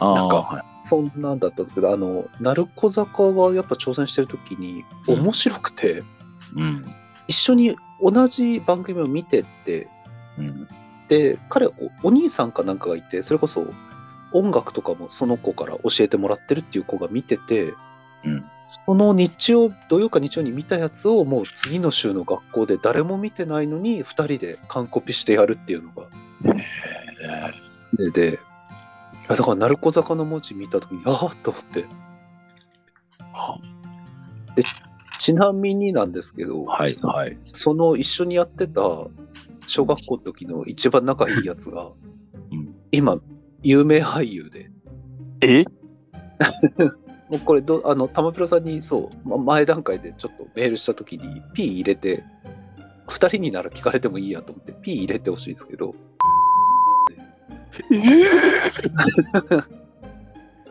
[SPEAKER 1] あ
[SPEAKER 4] なん
[SPEAKER 1] あ、
[SPEAKER 4] か
[SPEAKER 1] はい。
[SPEAKER 4] そんなんだったんですけど、あの、鳴子坂はやっぱ挑戦してる時に
[SPEAKER 1] うん
[SPEAKER 4] 面白くて、
[SPEAKER 1] うん。
[SPEAKER 4] 一緒に同じ番組を見てって、
[SPEAKER 1] うん。
[SPEAKER 4] で、彼お、お兄さんかなんかがいて、それこそ音楽とかもその子から教えてもらってるっていう子が見てて、
[SPEAKER 1] うん。
[SPEAKER 4] その日曜、土曜か日曜に見たやつをもう次の週の学校で誰も見てないのに2人で完コピしてやるっていうのがでで、あだから、鳴子坂の文字見たときに、ああと思って。
[SPEAKER 1] は
[SPEAKER 4] で、ちなみになんですけど、
[SPEAKER 1] はい、はい。
[SPEAKER 4] その一緒にやってた小学校の時の一番仲いいやつが、
[SPEAKER 1] うん
[SPEAKER 4] 今、有名俳優で、
[SPEAKER 1] え
[SPEAKER 4] もうこれど、あの、玉ロさんにそう、ま前段階でちょっとメールしたときに、P 入れて、2人になら聞かれてもいいやと思って、P 入れてほしいんですけど、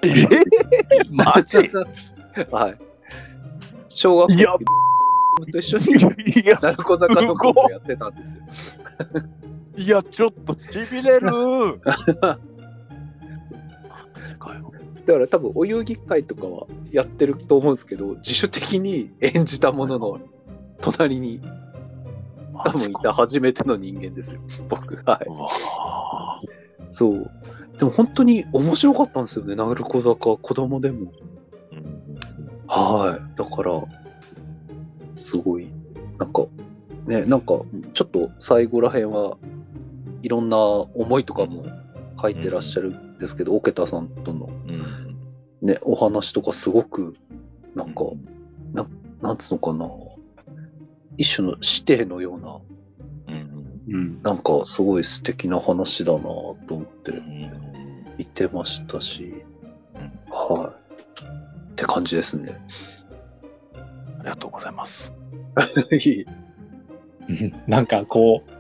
[SPEAKER 1] えマジ
[SPEAKER 4] はい。小学校
[SPEAKER 1] いや
[SPEAKER 4] の時と一緒に、
[SPEAKER 1] いや、
[SPEAKER 4] 鳴子坂のコントやってたんですよ。
[SPEAKER 1] いや、ちょっとしびれる。
[SPEAKER 4] だから多分お遊戯会とかはやってると思うんですけど、自主的に演じたものの隣に多分いた初めての人間ですよ、僕。はい。
[SPEAKER 1] うわあ
[SPEAKER 4] そう。でも本当に面白かったんですよね、鳴子坂、子供でも。
[SPEAKER 1] うん
[SPEAKER 4] はい。だから、すごい、なんか、ね、なんか、ちょっと最後らへんはいろんな思いとかも書いてらっしゃるんですけど、オケタさんとの
[SPEAKER 1] うん
[SPEAKER 4] ね、お話とかすごく、なんか、ななんつうのかな、一種の師弟のよう
[SPEAKER 1] うん
[SPEAKER 2] うん。
[SPEAKER 4] な、なんかすごい素敵な話だなと思って
[SPEAKER 1] うん
[SPEAKER 4] 見てましたし
[SPEAKER 1] うん、
[SPEAKER 4] はい。って感じですね。
[SPEAKER 1] あ りがとうございます。
[SPEAKER 3] なん かこう、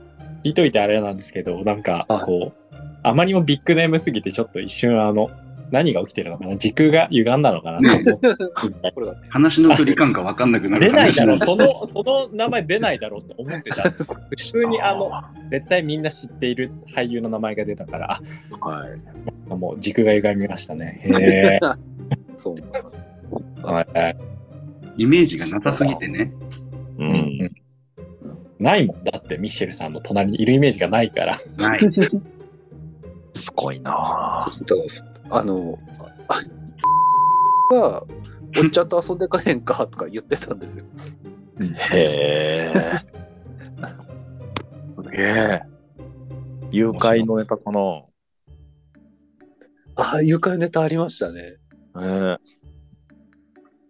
[SPEAKER 3] 言いといてあれなんですけど、なんか
[SPEAKER 4] はい
[SPEAKER 3] こう、あまりにもビッグネームすぎて、ちょっと一瞬あの、何が起きてるのかな時空が歪んだのかなと思 って
[SPEAKER 4] これが
[SPEAKER 2] 話の距離感が分かんなくなる
[SPEAKER 3] 出ない
[SPEAKER 2] 話
[SPEAKER 3] だ
[SPEAKER 2] の
[SPEAKER 3] ろう、その、その名前出ないだろうと思ってたんです。普通にあの、絶対みんな知っている俳優の名前が出たから、
[SPEAKER 1] はい。
[SPEAKER 3] あもう軸が歪みましたね。へ
[SPEAKER 4] そう思います。
[SPEAKER 3] え。 はい。
[SPEAKER 2] イメージがなさすぎてね。
[SPEAKER 1] う
[SPEAKER 3] う。ん。ないもんだってミッシェルさんの隣にいるイメージがないから。
[SPEAKER 2] ない。
[SPEAKER 1] すごいな
[SPEAKER 4] だからあの、 あが、おっちゃんと遊んでかへんかとか言ってたんですよ。
[SPEAKER 1] へえ。すげえ。誘拐のネタかな。
[SPEAKER 4] ああ、床ネタありましたね。
[SPEAKER 1] ね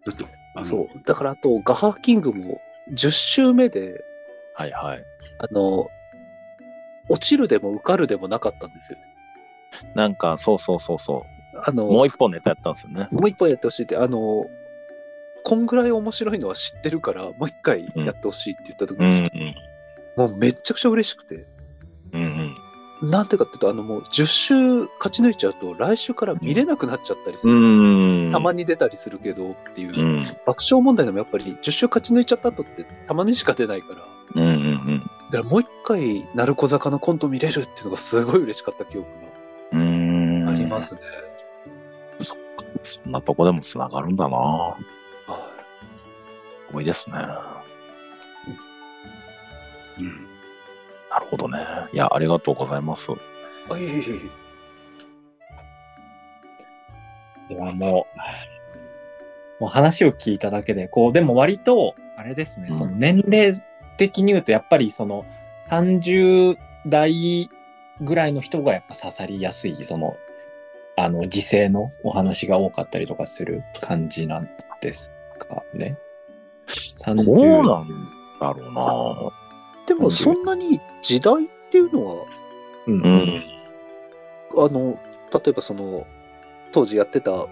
[SPEAKER 2] ちょっと、あの
[SPEAKER 4] そう。だからあと、ガハキングも10週目で、
[SPEAKER 1] はいはい。
[SPEAKER 4] あの、落ちるでも受かるでもなかったんですよね。
[SPEAKER 1] なんか、そうそうそうそ
[SPEAKER 4] あの、
[SPEAKER 1] う。もう一本ネタやったんですよね。
[SPEAKER 4] もう一本やってほしいって、あの、こんぐらい面白いのは知ってるから、もう一回やってほしいって言った時
[SPEAKER 1] う
[SPEAKER 4] に、
[SPEAKER 1] ん
[SPEAKER 4] もうめっちゃくちゃ嬉しくて、
[SPEAKER 1] うん。うん
[SPEAKER 4] なんてかっていうと、あのもう10週勝ち抜いちゃうと、来週から見れなくなっちゃったりす
[SPEAKER 1] う
[SPEAKER 4] るんです
[SPEAKER 1] ん。
[SPEAKER 4] よ。
[SPEAKER 1] うん。
[SPEAKER 4] たまに出たりするけどっていう、
[SPEAKER 1] うん。
[SPEAKER 4] 爆笑問題でもやっぱり10週勝ち抜いちゃった後ってたまにしか出ないか
[SPEAKER 1] う
[SPEAKER 4] ら、
[SPEAKER 1] んうんうん。
[SPEAKER 4] だからもう一回、鳴子坂のコント見れるっていうのがすごい嬉しかった記憶
[SPEAKER 1] うーん
[SPEAKER 4] がありますね。
[SPEAKER 1] そんなとこでもつながるんだな
[SPEAKER 4] は
[SPEAKER 1] 多いですね。
[SPEAKER 2] うん
[SPEAKER 1] なるほどね。いや、ありがとうございます。
[SPEAKER 4] いあ、いえいえいえ
[SPEAKER 3] いや、もう、もう話を聞いただけで、こう、でも割と、あれですね、
[SPEAKER 1] うん
[SPEAKER 3] その年齢的に言うと、やっぱりその30代ぐらいの人がやっぱ刺さりやすい、その、あの、時勢のお話が多かったりとかする感じなんですかね。
[SPEAKER 1] ど
[SPEAKER 3] 30
[SPEAKER 1] うなんだろ
[SPEAKER 4] でもそんなに時代っていうのは、
[SPEAKER 3] う
[SPEAKER 1] う
[SPEAKER 3] ん
[SPEAKER 1] なうん。
[SPEAKER 4] あの、例えばその、当時やってた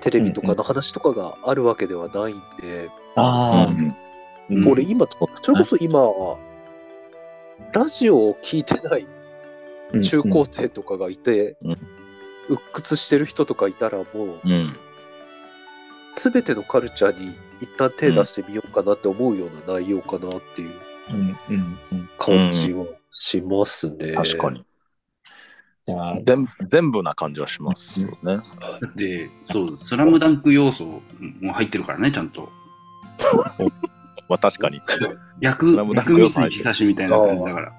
[SPEAKER 4] テレビとかの話とかがあるわけではないんで、
[SPEAKER 3] ああ、
[SPEAKER 1] うん
[SPEAKER 4] 俺今、それこそ今、ラジオを聞いてない
[SPEAKER 3] うん
[SPEAKER 4] 中高生とかがいて、
[SPEAKER 1] うん
[SPEAKER 4] 鬱屈してる人とかいたらもう、
[SPEAKER 1] うん。
[SPEAKER 4] すべてのカルチャーに一旦手出してみようかなって思うような内容かなっていう
[SPEAKER 3] うんうんうん
[SPEAKER 4] 感じはしますね。
[SPEAKER 1] 確か。に。
[SPEAKER 3] じゃあ、
[SPEAKER 1] 全全部な感じはしますよね。
[SPEAKER 2] だって、そう、スラムダンク要素も入ってるからね、ちゃんと。
[SPEAKER 1] まあ確か に。
[SPEAKER 2] 薬、
[SPEAKER 1] スラムダンク
[SPEAKER 2] 薬
[SPEAKER 1] 要
[SPEAKER 2] 味
[SPEAKER 1] 素入っ
[SPEAKER 2] 水
[SPEAKER 1] てる
[SPEAKER 2] 久しみたいな感じだから。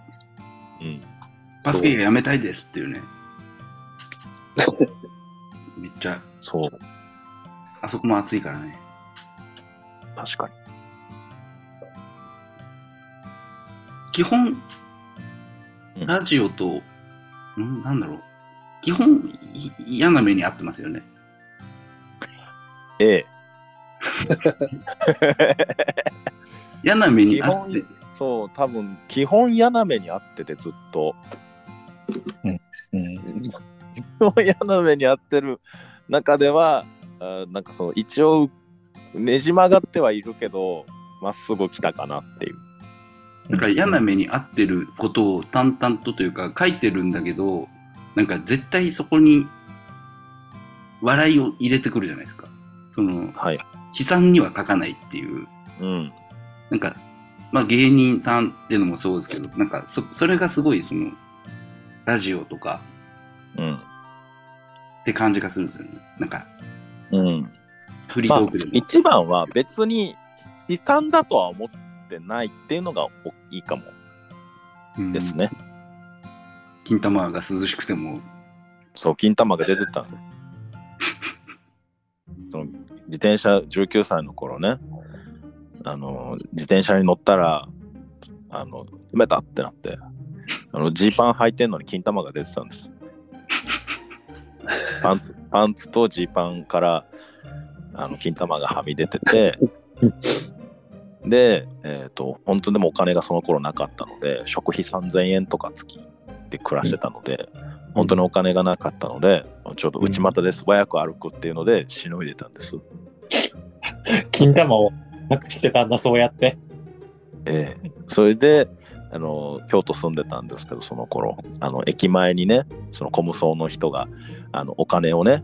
[SPEAKER 1] うん。
[SPEAKER 2] バスケがやめたいですっていうね。めっちゃ、
[SPEAKER 1] そう。
[SPEAKER 2] あそこも暑いからね。
[SPEAKER 1] 確かに。
[SPEAKER 2] 基本
[SPEAKER 1] う、ん
[SPEAKER 2] ラジオと、うん、なんだろう。基本、い嫌な目に遭ってますよね。
[SPEAKER 1] え
[SPEAKER 2] 嫌な目
[SPEAKER 1] え。
[SPEAKER 2] に
[SPEAKER 1] 基
[SPEAKER 2] 遭っ
[SPEAKER 1] 本
[SPEAKER 2] て、、
[SPEAKER 1] そう、多分、基本嫌な目にあってて、ずっと。
[SPEAKER 3] うん、
[SPEAKER 1] 基本嫌な目にあってる中では、あーなんかその、一応、ねじ曲がってはいるけど、まっすぐ来たかなっていう。
[SPEAKER 2] なんか嫌な目に遭ってることを淡々とというか書いてるんだけど、なんか絶対そこに笑いを入れてくるじゃないですか。その、
[SPEAKER 1] はい。
[SPEAKER 2] 悲惨には書かないっていう。
[SPEAKER 1] うん。
[SPEAKER 2] なんか、まあ芸人さんっていうのもそうですけど、なんかそ、それがすごいその、ラジオとか
[SPEAKER 1] うん。
[SPEAKER 2] って感じがするんですよね。なんか、
[SPEAKER 1] うん。
[SPEAKER 2] フリー
[SPEAKER 1] まあ
[SPEAKER 2] トークでも。
[SPEAKER 1] 一番は別に悲惨だとは思ってないっていうのが大きいかも
[SPEAKER 2] うん
[SPEAKER 1] です。ね。
[SPEAKER 2] 金玉が涼しくても、
[SPEAKER 1] そう、金玉が出てたの。その自転車19歳の頃ね、あの自転車に乗ったら、あの埋めたってなって、あのジーパン履いてんのに金玉が出てたんです。パンツパンツとジーパンからあの金玉がはみ出てて、で、えっと本当でもお金がその頃なかったので、食費3000円とか月で暮らしてたので、本当にお金がなかったので、ちょっと内股で素早く歩くっていうので、しのいでたんです。
[SPEAKER 3] 金玉をなくしてたんだ、そうやって。
[SPEAKER 1] ええそれで、あの、京都住んでたんですけど、その頃、あの、駅前にね、そのコムソーの人が、あの、お金をね、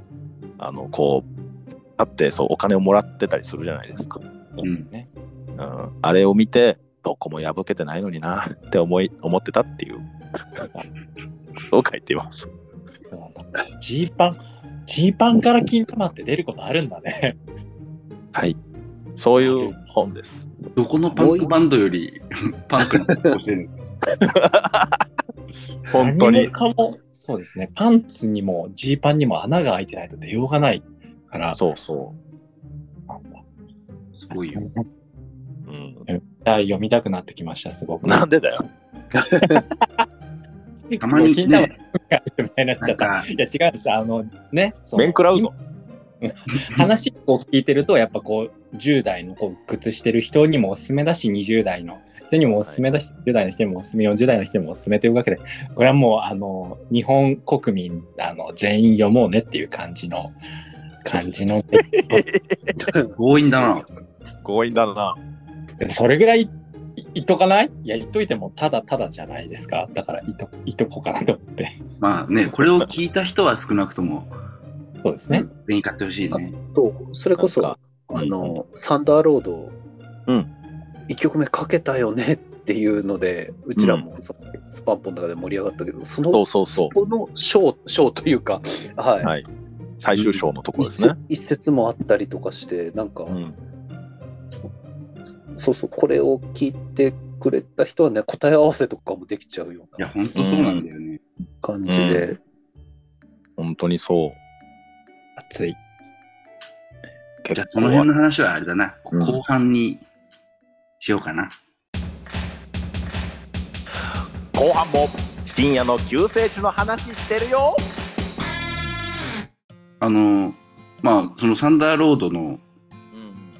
[SPEAKER 1] あの、こう、立って、そう、お金をもらってたりするじゃないですか。
[SPEAKER 2] うん。
[SPEAKER 1] うん、あれを見て、どこも破けてないのになって思い、思ってたっていう。そう書いています。
[SPEAKER 3] ジーパン、ジーパンから金玉って出ることあるんだね。
[SPEAKER 1] はい。 そういう本です。
[SPEAKER 2] どこのパンクバンドより、パンクな格好してる。
[SPEAKER 1] 本当に
[SPEAKER 3] 何。もかも、そうですね。パンツにもジーパンにも穴が開いてないと出ようがないから。
[SPEAKER 1] そうそ
[SPEAKER 3] なんだ
[SPEAKER 2] すごいよ。
[SPEAKER 1] う。うん。
[SPEAKER 3] あ読みたくなってきました、すごく。
[SPEAKER 1] なんでだよ。
[SPEAKER 2] たまに
[SPEAKER 3] 金玉
[SPEAKER 2] ね、
[SPEAKER 3] がみたいになっち
[SPEAKER 2] な
[SPEAKER 3] ゃ
[SPEAKER 2] ん
[SPEAKER 3] った。
[SPEAKER 2] か、
[SPEAKER 3] いや、違うんです。あの、ね、その
[SPEAKER 1] 面食らうぞ。
[SPEAKER 3] 話を聞いてると、やっぱこう、10代のこう靴してる人にもおすすめだし、20代の人にもおすすめだし、10代の人にもおすすめ、40代の人にもおすすめというわけで、これはもう、あの、日本国民、あの、全員読もうねっていう感じの、感じの、
[SPEAKER 2] 強引だな。
[SPEAKER 1] 強引だな。
[SPEAKER 3] それぐらいい言っとかないいや、言っといても、ただただじゃないですか。だから、言っと、言っとこうかなと思って。
[SPEAKER 2] まあね、これを聞いた人は少なくとも、
[SPEAKER 3] そうですね。
[SPEAKER 2] 全員買ってほしいね。
[SPEAKER 4] と、 それこ
[SPEAKER 1] なん
[SPEAKER 4] そ
[SPEAKER 1] か、
[SPEAKER 4] あの、サンダーロード、
[SPEAKER 1] うん
[SPEAKER 4] 1曲目かけたよねっていうので、うちらもそのスパンポンの中で盛り上がったけど、その、
[SPEAKER 1] そうそうそ
[SPEAKER 4] この章、章というか、はい。
[SPEAKER 1] う。はい。最終章のところですね。
[SPEAKER 4] 一節一節もあったりとかして、なんか、
[SPEAKER 1] うん。
[SPEAKER 4] そうそう、これを聞いてくれた人はね、答え合わせとかもできちゃうよう
[SPEAKER 2] いや、
[SPEAKER 4] な
[SPEAKER 2] ほんとそうなんだよね。
[SPEAKER 4] 感じで、
[SPEAKER 1] 本当にそう。
[SPEAKER 3] 熱い。
[SPEAKER 2] じ
[SPEAKER 1] 結
[SPEAKER 2] ゃあ、そ
[SPEAKER 1] 構
[SPEAKER 2] の辺の話はあれだな。
[SPEAKER 1] うん
[SPEAKER 2] 後半にしようかな。
[SPEAKER 1] 後半も深夜の救世主の話してるよ。
[SPEAKER 2] あの、まあ、そのサンダーロードの
[SPEAKER 1] うん。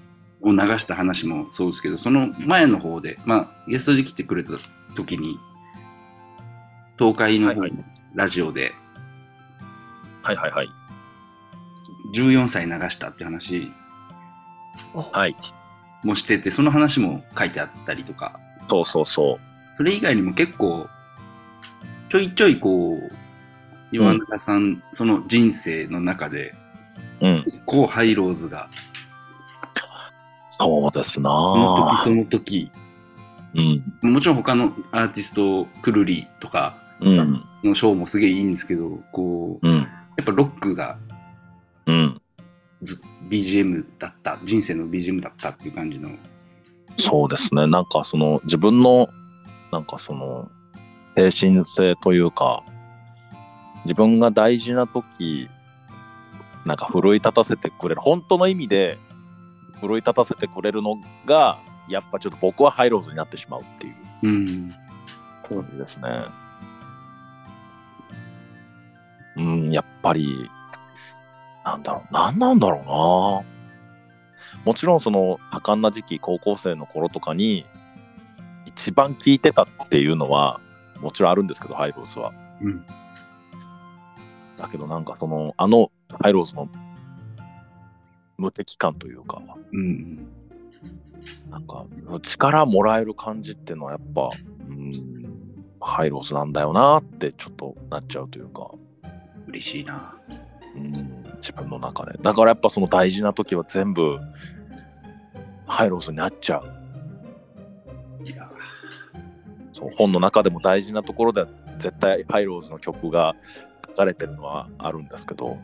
[SPEAKER 2] を流した話もそうですけど、その前の方で、まあ、ゲストで来てくれた時に、東海の
[SPEAKER 1] はいは
[SPEAKER 2] ラジオで
[SPEAKER 1] はいはいはい。
[SPEAKER 2] 14歳流したって話
[SPEAKER 1] はい。
[SPEAKER 2] もしてて、その話も書いてあったりとか、
[SPEAKER 1] そうそうそ
[SPEAKER 2] それ以外にも結構、ちょいちょいこう、岩中さん、その人生の中で、
[SPEAKER 1] う。うん。
[SPEAKER 2] こうハイローズが、
[SPEAKER 1] そうです
[SPEAKER 2] その時
[SPEAKER 1] な
[SPEAKER 2] その時、
[SPEAKER 1] うん。
[SPEAKER 2] もちろん他のアーティスト、くるりとか
[SPEAKER 1] うん。
[SPEAKER 2] のショーもすげえいいんですけど、こう、
[SPEAKER 1] うん。
[SPEAKER 2] やっぱロックが
[SPEAKER 1] うん。
[SPEAKER 2] ず BGM だった、人生の BGM だったっていう感じの。
[SPEAKER 1] そうですね。なんかその自分の、なんかその、精神性というか、自分が大事な時、なんか奮い立たせてくれる、本当の意味で奮い立たせてくれるのが、やっぱちょっと僕はハイローズになってしまうっていう
[SPEAKER 2] うん。
[SPEAKER 1] 感じですね。うん、やっぱり、なんだろう、なんなんだろうな。もちろんその多感な時期、高校生の頃とかに、一番聞いてたっていうのは、もちろんあるんですけど、ハイローズは。
[SPEAKER 2] うん。
[SPEAKER 1] だけどなんかその、あの、ハイローズの無敵感というか、
[SPEAKER 2] うん。
[SPEAKER 1] なんか力もらえる感じっていうのはやっぱ、うん、ハイロースなんだよなってちょっとなっちゃうというか、
[SPEAKER 2] 嬉しいな。
[SPEAKER 1] うん、自分の中で。だからやっぱその大事な時は全部ハイロースになっちゃう。
[SPEAKER 2] いや
[SPEAKER 1] そう本の中でも大事なところでは絶対ハイローズの曲が書かれてるのはあるんですけど、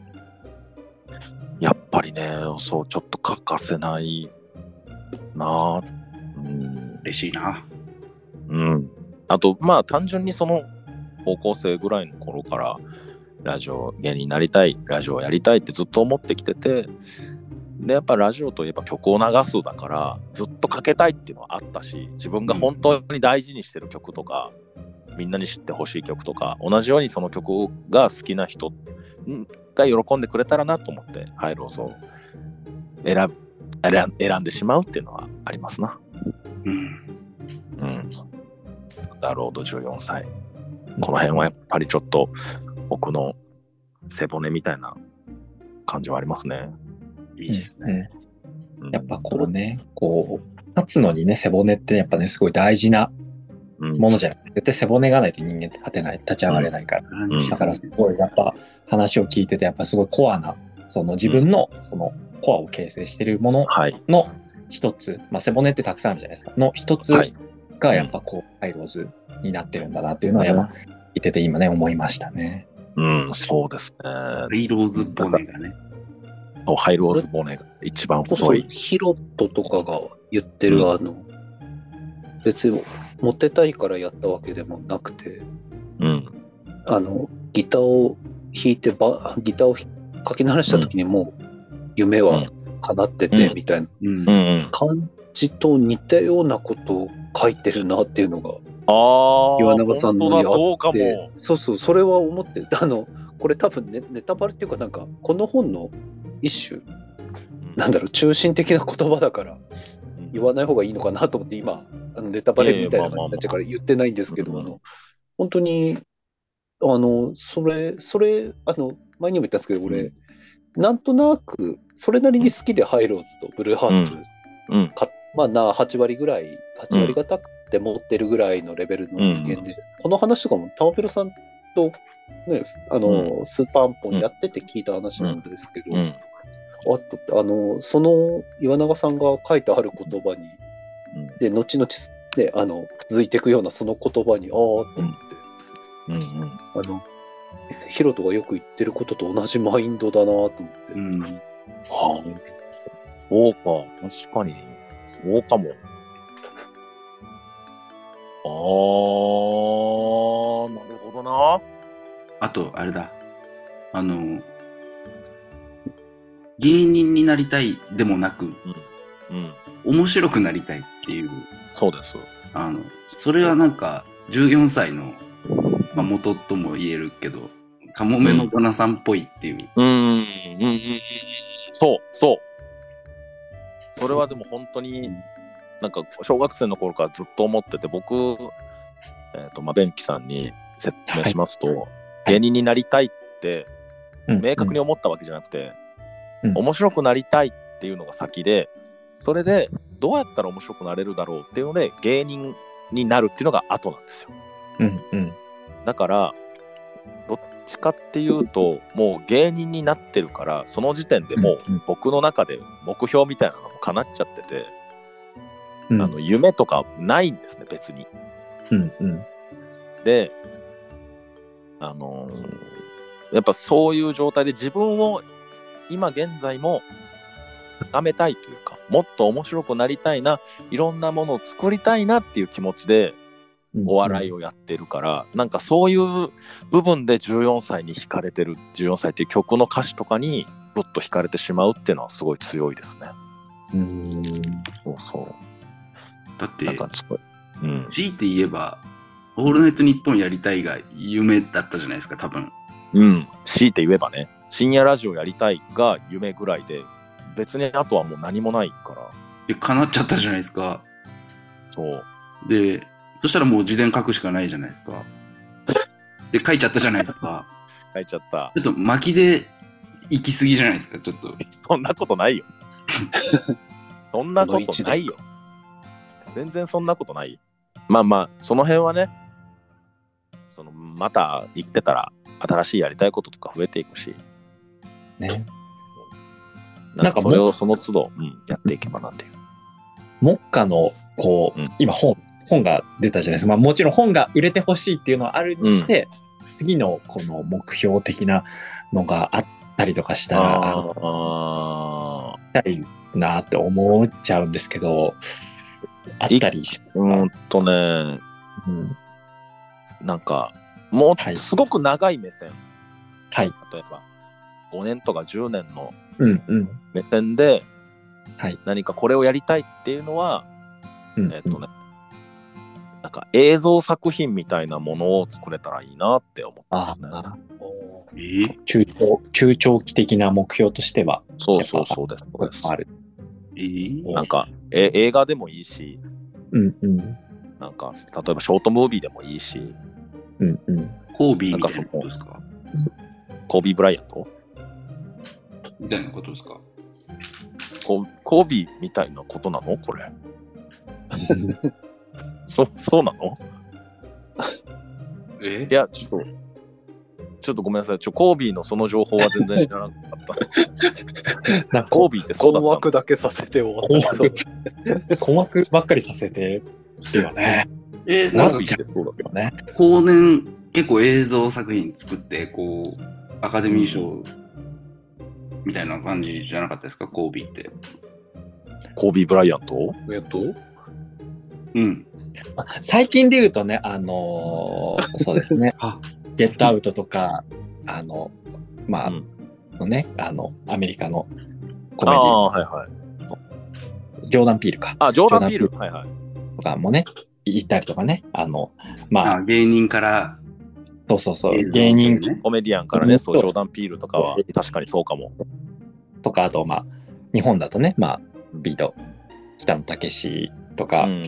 [SPEAKER 1] やっぱりね、そうちょっと欠かせないなあうん
[SPEAKER 2] 嬉しいな。
[SPEAKER 1] うん、あとまあ単純にその高校生ぐらいの頃からラジオ芸人になりたいラジオやりたいってずっと思ってきててでやっぱラジオといえば曲を流すだからずっとかけたいっていうのはあったし自分が本当に大事にしてる曲とかみんなに知ってほしい曲とか同じようにその曲が好きな人んが喜んでくれたらなと思ってハイローズを選ぶ選ん選んでしまうっていうのはありますな。
[SPEAKER 2] うん。
[SPEAKER 1] うん。ダロード14歳。この辺はやっぱりちょっと僕の背骨みたいな感じはありますね。
[SPEAKER 2] いいです
[SPEAKER 3] うん
[SPEAKER 2] ね。
[SPEAKER 1] うん
[SPEAKER 3] やっぱこうね、こう、立つのにね、背骨ってやっぱね、すごい大事な
[SPEAKER 1] うん
[SPEAKER 3] ものじゃない。絶対背骨がないと人間って立てない、立ち上がれないから。
[SPEAKER 1] うん
[SPEAKER 3] だからすごい、やっぱ話を聞いてて、やっぱすごいコアな、その自分の、そのコアを形成しているもの
[SPEAKER 1] はい。
[SPEAKER 3] の一つ、まあ、背骨ってたくさんあるじゃないですか、の一つ
[SPEAKER 1] はい
[SPEAKER 3] がやっぱこう、ハイローズになってるんだなっていうのは、やっぱ聞いてて今ね、思いましたね。
[SPEAKER 1] うん、そうですね。
[SPEAKER 2] ハイローズ骨がね。
[SPEAKER 1] おハイローズ骨が一番
[SPEAKER 4] そ
[SPEAKER 1] 太
[SPEAKER 4] う
[SPEAKER 1] い。
[SPEAKER 4] ヒロトとかが言ってる、あの、別にモテたいからやったわけでもなくて、
[SPEAKER 1] うん。
[SPEAKER 4] あの、ギターを弾いて、ばギターをひかき鳴らした時にもう、夢は叶ってて、
[SPEAKER 1] うん
[SPEAKER 4] みたいな
[SPEAKER 2] うん
[SPEAKER 1] うん、うん。
[SPEAKER 4] 感じと似たようなことを書いてるなっていうのが、
[SPEAKER 1] ああ、
[SPEAKER 4] 岩永さんのにあ
[SPEAKER 1] 本
[SPEAKER 4] っ
[SPEAKER 1] 当
[SPEAKER 4] て
[SPEAKER 1] だ、そうかも。
[SPEAKER 4] でそうそう、それは思って、あの、これ多分ネネタバレっていうか、なんか、この本の一種、なんだろう、中心的な言葉だから、言わない方がいいのかなと思って、今、あのネタバレみたいな感じになっちゃうから言ってないんですけ
[SPEAKER 1] うん
[SPEAKER 4] ど、あの、本当に、あの、それ、それ、あの、前にも言ったんですけど、俺、なんとなく、それなりに好きで、ハイローズとブルーハーツ、
[SPEAKER 1] うんうん
[SPEAKER 4] かまあな、8割ぐらい、8割がたくて持ってるぐらいのレベルの人間で、
[SPEAKER 1] う
[SPEAKER 4] この話とかも、タオペロさんと、ね、あの、スーパーアンポンやってて聞いた話なんですけど、
[SPEAKER 1] うん
[SPEAKER 4] あと、あの、その岩永さんが書いてある言葉に、
[SPEAKER 1] うん
[SPEAKER 4] で、後々、ね、あの、続いていくようなその言葉に、ああ、と思って、
[SPEAKER 1] うんうん
[SPEAKER 4] あの、ヒロトがよく言ってることと同じマインドだなと思って、
[SPEAKER 2] うん。
[SPEAKER 1] はあ、そうか、確かに、そうかも。ああ、なるほどな。
[SPEAKER 2] あと、あれだ。あの、芸人になりたいでもなく、
[SPEAKER 1] うん、
[SPEAKER 2] 面白くなりたいっていう、
[SPEAKER 1] そうです。
[SPEAKER 2] あの、それはなんか、14歳の、まあ、元とも言えるけど、カモメのナさんっぽいっていう、
[SPEAKER 1] うん、うん、うん、そう、そう。それはでも本当に、なんか小学生の頃からずっと思ってて、僕、えっ、と、まあ、便器さんに説明しますと、芸人になりたいって、明確に思ったわけじゃなくて、
[SPEAKER 3] うん
[SPEAKER 1] 面白くなりたいっていうのが先でそれでどうやったら面白くなれるだろうっていうので芸人になるっていうのが後なんですよ
[SPEAKER 3] うん、うん、
[SPEAKER 1] だからどっちかっていうともう芸人になってるからその時点でもう
[SPEAKER 3] うん
[SPEAKER 1] 僕の中で目標みたいなのも叶っちゃってて
[SPEAKER 3] うん
[SPEAKER 1] あの夢とかないんですね別に。
[SPEAKER 3] うんうん
[SPEAKER 1] であのーやっぱそういう状態で自分を今現在も高めたいというかもっと面白くなりたいないろんなものを作りたいなっていう気持ちで
[SPEAKER 3] うん。
[SPEAKER 1] お笑い
[SPEAKER 3] を。
[SPEAKER 1] をやってるから、なんかそういう部分で14歳に惹かれてる14歳っていう曲の歌詞とかにぐっと惹かれてしまうっていうのはすごい強いですね。
[SPEAKER 3] うん。
[SPEAKER 1] そうそ
[SPEAKER 2] だっ
[SPEAKER 1] う
[SPEAKER 2] て
[SPEAKER 1] なんかすごい。うん、
[SPEAKER 2] 強いて言えば「オールナイトニッポン」やりたいが夢だったじゃないですか多分
[SPEAKER 1] うん、強いて言えばね、深夜ラジオやりたいが夢ぐらいで、別にあとはもう何もないから、
[SPEAKER 2] で叶っちゃったじゃないですか
[SPEAKER 1] そう。
[SPEAKER 2] でそしたらもう自伝書くしかないじゃないですかで書いちゃったじゃないですか
[SPEAKER 1] 書いちゃった。
[SPEAKER 2] ちょっと巻きで行き過ぎじゃないですかちょっと
[SPEAKER 1] そんなことないよ。そんなことないよ。全然そんなことないよ。まあまあ、その辺はね、そのまた生きてたら、新しいやりたいこととか増えていくし、
[SPEAKER 3] ね。
[SPEAKER 1] な
[SPEAKER 3] なんん
[SPEAKER 1] か
[SPEAKER 3] か
[SPEAKER 1] そ
[SPEAKER 3] も
[SPEAKER 1] れをその都度、うん、やっていけばなっていう。
[SPEAKER 3] 目下の、こう、
[SPEAKER 1] うん
[SPEAKER 3] 今本、本が出たじゃないですか。まあもちろん本が売れてほしいっていうのはあるにして、次のこの目標的なのがあったりとかしたら、あの
[SPEAKER 1] あ
[SPEAKER 3] やりたいなって思っちゃうんですけど、あったりし、
[SPEAKER 1] ー、うーんとね、
[SPEAKER 3] うん、
[SPEAKER 1] なんか、も
[SPEAKER 3] は
[SPEAKER 1] う
[SPEAKER 3] い
[SPEAKER 1] すごく長い目線、
[SPEAKER 3] はい。
[SPEAKER 1] 例えば5年とか10年の
[SPEAKER 3] うんうん。
[SPEAKER 1] 目線で
[SPEAKER 3] はい
[SPEAKER 1] 何かこれをやりたいっていうのは、
[SPEAKER 3] うん
[SPEAKER 1] えっとね、なんか映像作品みたいなものを作れたらいいなって思ってま
[SPEAKER 3] あ
[SPEAKER 1] すね。
[SPEAKER 3] あ、
[SPEAKER 2] えー
[SPEAKER 3] 中長中長期的な目標としては、
[SPEAKER 1] そうそうそうです。そうです
[SPEAKER 3] ある。
[SPEAKER 2] えー
[SPEAKER 1] なんかえ映画でもいいし、
[SPEAKER 3] うんうん。
[SPEAKER 1] なんか例えばショートムービーでもいいし、
[SPEAKER 3] うんうん。
[SPEAKER 2] コービーみたいなことですか
[SPEAKER 1] コービー・ブライアント
[SPEAKER 2] みたいなことですか
[SPEAKER 1] ココービーみたいなことなのこれ。そそうなの
[SPEAKER 2] え
[SPEAKER 1] いや、ちょっと、ちょっとごめんなさい。ちょ、コービーのその情報は全然知らなかった。
[SPEAKER 3] なんか
[SPEAKER 1] コービーってそうだ
[SPEAKER 4] 困
[SPEAKER 1] った
[SPEAKER 4] 惑
[SPEAKER 1] の
[SPEAKER 4] だけさせて終わったけど。
[SPEAKER 3] 困惑ばっかりさせてるよ ね。
[SPEAKER 2] えー
[SPEAKER 1] コ
[SPEAKER 2] な
[SPEAKER 1] ー
[SPEAKER 2] ん
[SPEAKER 1] ビー
[SPEAKER 2] か
[SPEAKER 1] ってそうだけどね。
[SPEAKER 3] ね。
[SPEAKER 2] 後年結構映像作品作ってこうアカデミー賞みたいな感じじゃなかったですかコービーって
[SPEAKER 1] コービー・ブライアント
[SPEAKER 4] えっと、
[SPEAKER 2] うん
[SPEAKER 3] まあ最近で言うとね、あのーそうですね
[SPEAKER 2] あ、
[SPEAKER 3] ゲットアウトとか、あの、まあ、
[SPEAKER 1] うん
[SPEAKER 3] のね、あの、アメリカのコメ
[SPEAKER 1] あ
[SPEAKER 3] ディ
[SPEAKER 1] あ、はいはい。
[SPEAKER 3] ジョーダン・ピールか、
[SPEAKER 1] あ、ジョーダン・ピ
[SPEAKER 3] ジ
[SPEAKER 1] ー
[SPEAKER 3] ョーダン
[SPEAKER 1] ル。はいはい。
[SPEAKER 3] とかもね、行ったりとかね、あの、まあ、
[SPEAKER 2] あ芸人から
[SPEAKER 3] そうそうそう、芸
[SPEAKER 2] 芸
[SPEAKER 3] 人
[SPEAKER 2] 人ね
[SPEAKER 1] コメディアンからね、そう、
[SPEAKER 3] うん
[SPEAKER 1] ジョーダン・ピールとかは確かにそうかも。
[SPEAKER 3] とか、あと、まあ、日本だとね、まあ、ビート、北野武史と
[SPEAKER 1] う
[SPEAKER 3] か、
[SPEAKER 1] ん。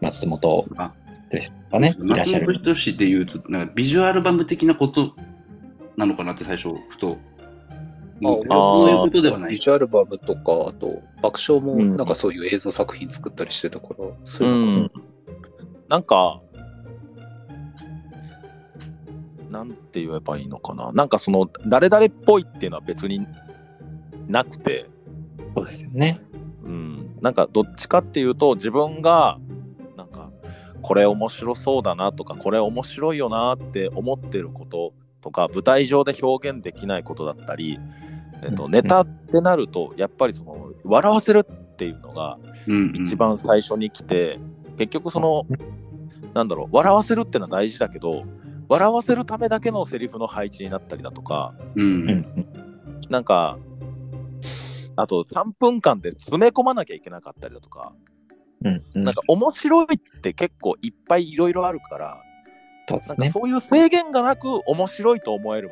[SPEAKER 3] 松本
[SPEAKER 2] あ
[SPEAKER 3] ですとかね、いらっしゃ
[SPEAKER 2] 松本
[SPEAKER 3] る。
[SPEAKER 2] 人志っていうとなんかビジュアルバム的なことなのかなって最初ふと思って
[SPEAKER 4] あ
[SPEAKER 2] そういうことではな
[SPEAKER 4] ビ
[SPEAKER 2] い
[SPEAKER 4] ジュアルバムとか、あと爆笑も
[SPEAKER 1] うん
[SPEAKER 4] なんかそういう映像作品作ったりしてたから、そうういうの
[SPEAKER 1] ん。なんか、なんて言えばいいのかな。なんかその、誰々っぽいっていうのは別になくて、
[SPEAKER 3] そうですよね。
[SPEAKER 1] うん、なんかどっちかっていうと自分がなんかこれ面白そうだなとかこれ面白いよなって思ってることとか舞台上で表現できないことだったり、えっ
[SPEAKER 3] う
[SPEAKER 1] と、
[SPEAKER 3] ん
[SPEAKER 1] ネタってなるとやっぱりその笑わせるっていうのが一
[SPEAKER 2] 一
[SPEAKER 1] 番最初に来て結局そのなんだろう笑わせるってのは大事だけど笑わせるためだけのセリフの配置になったりだとか
[SPEAKER 2] うん、
[SPEAKER 3] う
[SPEAKER 2] うん
[SPEAKER 3] ん。
[SPEAKER 1] なんかあと3分間で詰め込まなきゃいけなかったりだとか
[SPEAKER 3] うん。うん。
[SPEAKER 1] なんか面白いって結構いっぱいいろいろあるから、
[SPEAKER 3] そう
[SPEAKER 1] な
[SPEAKER 3] で
[SPEAKER 1] ん
[SPEAKER 3] す
[SPEAKER 1] か
[SPEAKER 3] ね。
[SPEAKER 1] そういう制限がなく面白いと思える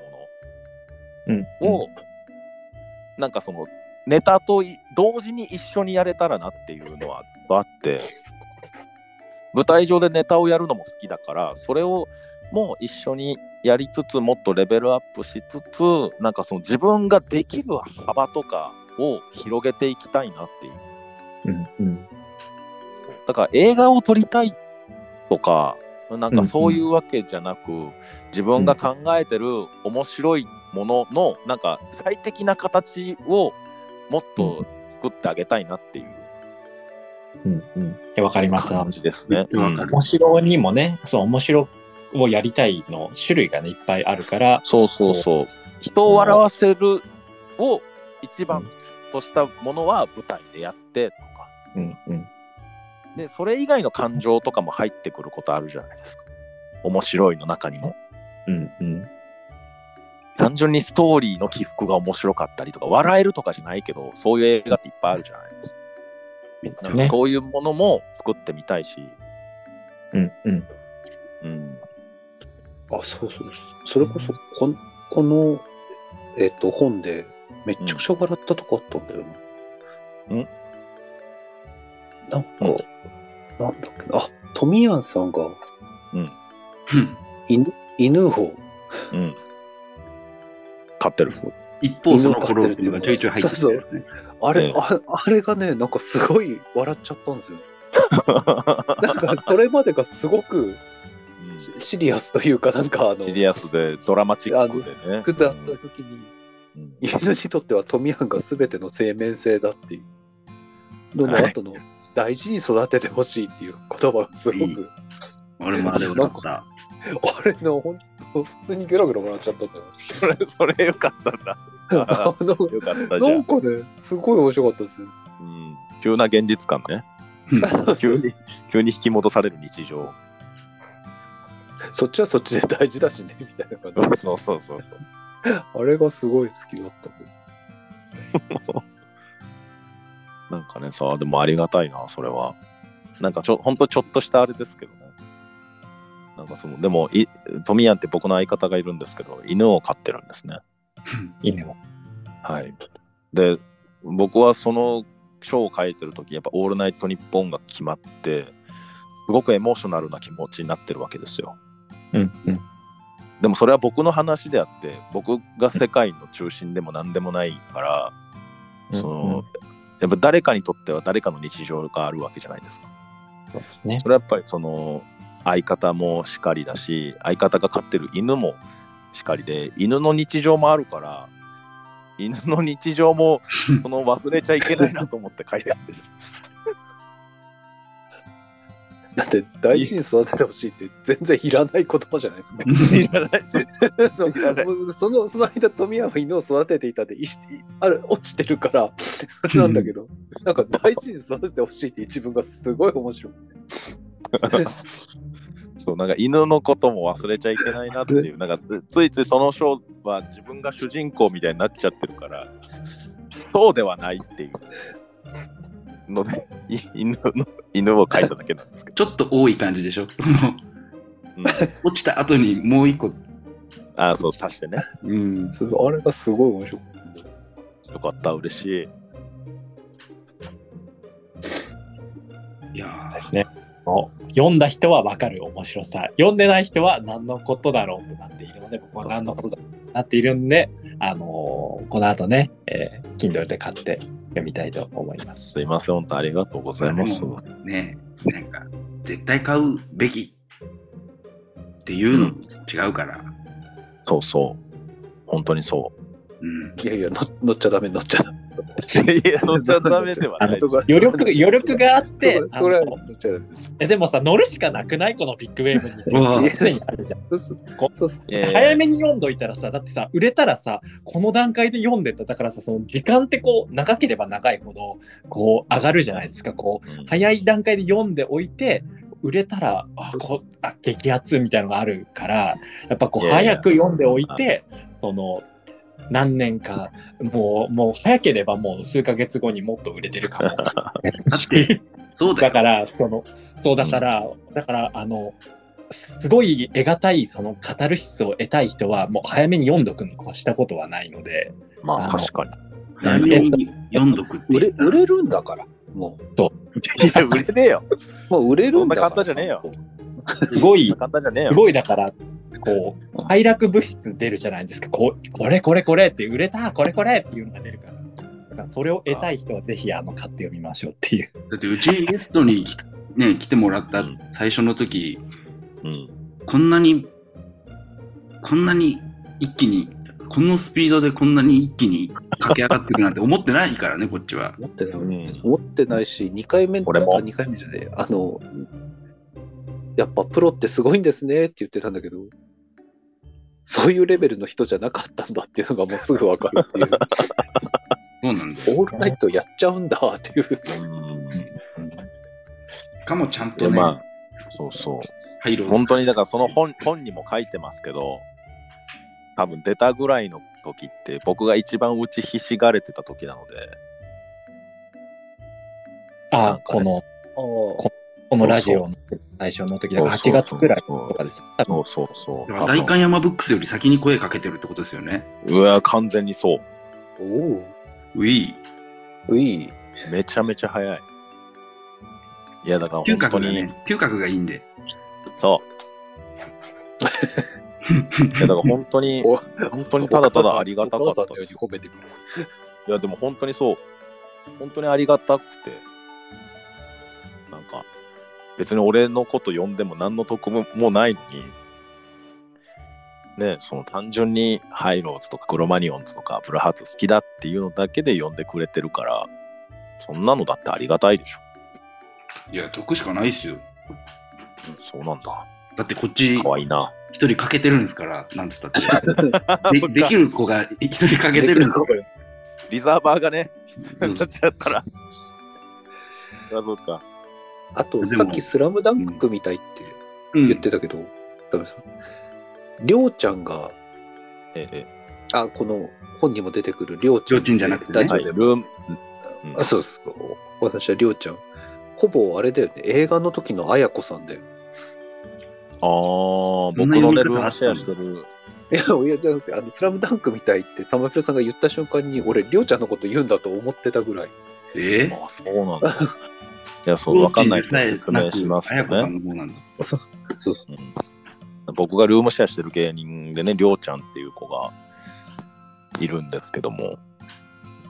[SPEAKER 3] うん。
[SPEAKER 1] ものを、なんかそのネタとい同時に一緒にやれたらなっていうのはずっとあって、舞台上でネタをやるのも好きだから、それをもう一緒にやりつつ、もっとレベルアップしつつ、なんかその自分ができる幅とかを広げていきたいなっていう。
[SPEAKER 3] うん。うん。
[SPEAKER 1] だから映画を撮りたいとか、なんかそういうわけじゃなく、自分が考えてる面白いものの、なんか最適な形をもっと作ってあげたいなっていう
[SPEAKER 3] うんうん。いやわかります。あの
[SPEAKER 1] 感じですね。
[SPEAKER 2] うん
[SPEAKER 1] うん
[SPEAKER 3] 面白にもね、そう、面白をやりたいの種類がね、いっぱいあるから、
[SPEAKER 1] そうそうそう。人を笑わせるを一番としたものは舞台でやってとか。
[SPEAKER 3] うんうん。
[SPEAKER 1] で、それ以外の感情とかも入ってくることあるじゃないですか。面白いの中にも。
[SPEAKER 3] うんうん。
[SPEAKER 1] 単純にストーリーの起伏が面白かったりとか、笑えるとかじゃないけど、そういう映画っていっぱいあるじゃないですか。なんか
[SPEAKER 3] ね。
[SPEAKER 1] そういうものも作ってみたいし。
[SPEAKER 3] うんうん。
[SPEAKER 1] うん。
[SPEAKER 4] あ、そうそう。それこそ、こんこの、えっ、と、本で、めっちゃくちゃ笑ったとこあったんだよ
[SPEAKER 1] う
[SPEAKER 4] な。
[SPEAKER 1] ん
[SPEAKER 4] なんか、
[SPEAKER 1] うん
[SPEAKER 4] なんだっけな。あ、トミヤンさんが、
[SPEAKER 2] うん
[SPEAKER 4] 犬、犬を、
[SPEAKER 1] うん。買ってる。
[SPEAKER 2] 一方その頃っていうのがちょいちょい入ってきてるんですね。
[SPEAKER 4] あれ、
[SPEAKER 1] ええ
[SPEAKER 4] ああれがね、なんかすごい笑っちゃったんですよ。なんか、それまでがすごくシシリアスというか、なんかあ の
[SPEAKER 1] シ、リアスでドラマチックでね。
[SPEAKER 4] 下った時に、
[SPEAKER 1] うん
[SPEAKER 4] 犬にとってはトミヤンが全ての生命性だっていうのの後の大事に育ててほしいっていう言葉がすごく、
[SPEAKER 2] 俺もあれをだった。
[SPEAKER 4] あれの本当普通にゲラゲラ笑っちゃったんだよ。
[SPEAKER 1] それ、それよかったんだ。
[SPEAKER 4] あの
[SPEAKER 1] よかったじ
[SPEAKER 4] な
[SPEAKER 1] ゃ
[SPEAKER 4] ん
[SPEAKER 1] ん。
[SPEAKER 4] かね、すごい面白かったですよ。
[SPEAKER 1] うん、急な現実感ね。急に、急に引き戻される日常。
[SPEAKER 4] そっちはそっちで大事だしね、みたいな感じ。
[SPEAKER 1] そうそうそうそう。
[SPEAKER 4] あれがすごい好きだった。
[SPEAKER 1] なんかね、さあ、でもありがたいな、それは。なんかちょ、ほんとちょっとしたあれですけどね。なんかその、でも、いトミヤンって僕の相方がいるんですけど、犬を飼ってるんですね。
[SPEAKER 3] 犬も。
[SPEAKER 1] はい。で、僕はその書を書いてる時やっぱ「オールナイトニッポン」が決まって、すごくエモーショナルな気持ちになってるわけですよ。
[SPEAKER 3] うんうん。
[SPEAKER 1] でもそれは僕の話であって、僕が世界の中心でも何でもないから、その、やっぱ誰かにとっては誰かの日常があるわけじゃないですか。
[SPEAKER 3] うん、そうですね。
[SPEAKER 1] それはやっぱりその相方もしかりだし相方が飼ってる犬もしかりで犬の日常もあるから犬の日常もその忘れちゃいけないなと思って書いたんです。
[SPEAKER 4] だって大事に育ててほしいって全然いらない言葉じゃないですか。
[SPEAKER 1] いらないですいらない
[SPEAKER 4] そのその間、富山は犬を育てていたで、いしある落ちてるから、それなんだけど、なんか大事に育ててほしいって一文がすごい面白い。
[SPEAKER 1] そうなんか犬のことも忘れちゃいけないなっていうなんかついついその章は自分が主人公みたいになっちゃってるからそうではないっていうのでい 犬の犬を書いただけなんですけ
[SPEAKER 2] ちょっと多い感じでしょ。その
[SPEAKER 1] ど、うん、
[SPEAKER 2] 落ちた後にもう一個。
[SPEAKER 1] ああそう足してね
[SPEAKER 2] うん。
[SPEAKER 4] そうそうあれがすごい面白い。
[SPEAKER 1] よかった嬉しい。
[SPEAKER 2] いや
[SPEAKER 3] ですね。読んだ人は分かる面白さ読んでない人は何のことだろうってなっているので僕は何のことだろうってなっているんで、あのーこの後ね、えー Kindle で買って読みたいと思います。
[SPEAKER 1] すいません、本当ありがとうございます。
[SPEAKER 2] でもねなんか絶対買うべきっていうのも違うから、
[SPEAKER 1] そうそう。本当にそう。
[SPEAKER 2] うん、
[SPEAKER 4] いやいや、の乗っちゃダメ、乗っちゃダメ。そう
[SPEAKER 1] いや、 乗っちゃダメではない。
[SPEAKER 4] そこは
[SPEAKER 3] 余力余力があって
[SPEAKER 4] そこはこれは
[SPEAKER 3] あ
[SPEAKER 4] 乗
[SPEAKER 3] の
[SPEAKER 4] っちゃダメ。
[SPEAKER 3] えでもさ乗るしかなくないこのビッグウェーブ
[SPEAKER 2] う
[SPEAKER 3] に。
[SPEAKER 4] わ
[SPEAKER 3] 常にあるじゃん。
[SPEAKER 4] そうそう
[SPEAKER 3] こ
[SPEAKER 4] そうそう
[SPEAKER 1] えー
[SPEAKER 3] 早めに読んどいたらさだってさ売れたらさこの段階で読んでただからさその時間ってこう長ければ長いほどこう上がるじゃないですかこう
[SPEAKER 1] うん
[SPEAKER 3] 早い段階で読んでおいて売れたらあこあ激アツみたいなのがあるからやっぱこう
[SPEAKER 1] いやいや
[SPEAKER 3] 早く読んでおいてその何年かもうもう早ければもう数ヶ月後にもっと売れてるかも
[SPEAKER 2] てそうだ
[SPEAKER 3] だ
[SPEAKER 2] よ
[SPEAKER 3] からそのそうだからだからあのすごい得難いそのカタルシスを得たい人はもう早めに読んどくに越したことはないので
[SPEAKER 1] ま
[SPEAKER 3] あ
[SPEAKER 1] あ、
[SPEAKER 3] の
[SPEAKER 1] 確かに。
[SPEAKER 2] 早めに読んどくって
[SPEAKER 4] 売
[SPEAKER 2] 言
[SPEAKER 4] れ
[SPEAKER 2] った
[SPEAKER 4] 売れるんだから、も
[SPEAKER 1] いや、売れねえよ。
[SPEAKER 4] う。もう売れるんだから。
[SPEAKER 1] そんな簡単じゃねえよ。
[SPEAKER 3] すごい
[SPEAKER 1] 簡単じゃねえ
[SPEAKER 3] す
[SPEAKER 1] よ。
[SPEAKER 3] ごいだから、こう、快楽物質出るじゃないですか。こうこれこれこれって売れた、これこれっていうのが出るから。だからそれを得たい人はぜひあの買って読みましょうっていう。
[SPEAKER 2] だってうちにゲストに来,、ね、来てもらった最初の時
[SPEAKER 1] うん。
[SPEAKER 2] こんなにこんなに一気にこのスピードでこんなに一気に駆け上がっていくなんて思ってないからね、こ っちは。
[SPEAKER 4] 持ってない、
[SPEAKER 1] うん
[SPEAKER 4] 持ってないし、2回目、
[SPEAKER 1] 俺も
[SPEAKER 4] あ2回目じゃねえ、あの、やっぱプロってすごいんですねって言ってたんだけど、そういうレベルの人じゃなかったんだっていうのがもうすぐわかるっていう、
[SPEAKER 2] そうなんだよ。
[SPEAKER 4] オールナイトやっちゃうんだっていう。
[SPEAKER 2] しかもちゃん
[SPEAKER 1] いや
[SPEAKER 2] とね、
[SPEAKER 1] まあそうそう
[SPEAKER 2] 配慮
[SPEAKER 1] 本当にだからその本本にも書いてますけど多分出たぐらいの時って僕が一番打ちひしがれてた時なので
[SPEAKER 3] あ、この、
[SPEAKER 4] あ
[SPEAKER 3] このラジオの最初の時だから8月くらいとかですよ。多分
[SPEAKER 1] そうそうそう
[SPEAKER 2] だから代官山ブックスより先に声かけてるってことですよね。
[SPEAKER 1] うわ完全にそう
[SPEAKER 4] あ、おう
[SPEAKER 2] ウィー。
[SPEAKER 4] うい、
[SPEAKER 1] めちゃめちゃ早いいやだから
[SPEAKER 2] 嗅
[SPEAKER 1] 本当
[SPEAKER 2] 覚が
[SPEAKER 1] に、
[SPEAKER 2] ね、嗅覚がいいんで。
[SPEAKER 1] そういやだから本当に
[SPEAKER 4] お
[SPEAKER 1] 本当にただただありがたかった
[SPEAKER 4] お母さんのように褒めてくる。
[SPEAKER 1] いや、でも本当にそう。本当にありがたくて。なんか、別に俺のこと呼んでも何の得ももうないのに、ね、その単純にハイローズとかクロマニオンズとかブルーハーツ好きだっていうのだけで呼んでくれてるから、そんなのだってありがたいでしょ。
[SPEAKER 2] いや、得しかないですよ。
[SPEAKER 1] うんそうなんだ。
[SPEAKER 2] だってこっち
[SPEAKER 1] かわいいな。
[SPEAKER 2] 一人かけてるんですから、なんつったっ て。
[SPEAKER 1] そっか
[SPEAKER 2] でできる子が一人かけてるんです
[SPEAKER 4] できる
[SPEAKER 1] リザーバーがね、
[SPEAKER 2] う
[SPEAKER 1] なんっちゃったら。あ、そうか。
[SPEAKER 4] あと、
[SPEAKER 2] でも
[SPEAKER 4] さっきスラムダンクみたいって
[SPEAKER 2] うん
[SPEAKER 4] 言ってたけど、ダメですりょうちゃんが、
[SPEAKER 1] ええ、
[SPEAKER 4] あ、この本にも出てくるりょうちゃん。
[SPEAKER 2] りょうちんじゃなくてね
[SPEAKER 4] ラジ
[SPEAKER 1] は
[SPEAKER 4] オ
[SPEAKER 1] い、
[SPEAKER 4] で
[SPEAKER 1] ルー
[SPEAKER 4] も
[SPEAKER 1] ム。うん
[SPEAKER 4] あそうそうそう。お話はりょうちゃん。ほぼあれだよね。映画の時のあやこさんで。
[SPEAKER 1] ああ、僕のね、ルームシェアしてる。
[SPEAKER 4] いや、いや、じゃなくて、あの、スラムダンクみたいって、玉広さんが言った瞬間に、俺、りょうちゃんのこと言うんだと思ってたぐらい。
[SPEAKER 2] えー
[SPEAKER 1] あそうなんだ。 いや、そう、わかんないですね。説明します
[SPEAKER 2] あや
[SPEAKER 1] と
[SPEAKER 2] こさん
[SPEAKER 1] ね。
[SPEAKER 2] の方なん
[SPEAKER 1] う
[SPEAKER 2] だ。
[SPEAKER 1] ん僕がルームシェアしてる芸人でね、りょうちゃんっていう子がいるんですけども、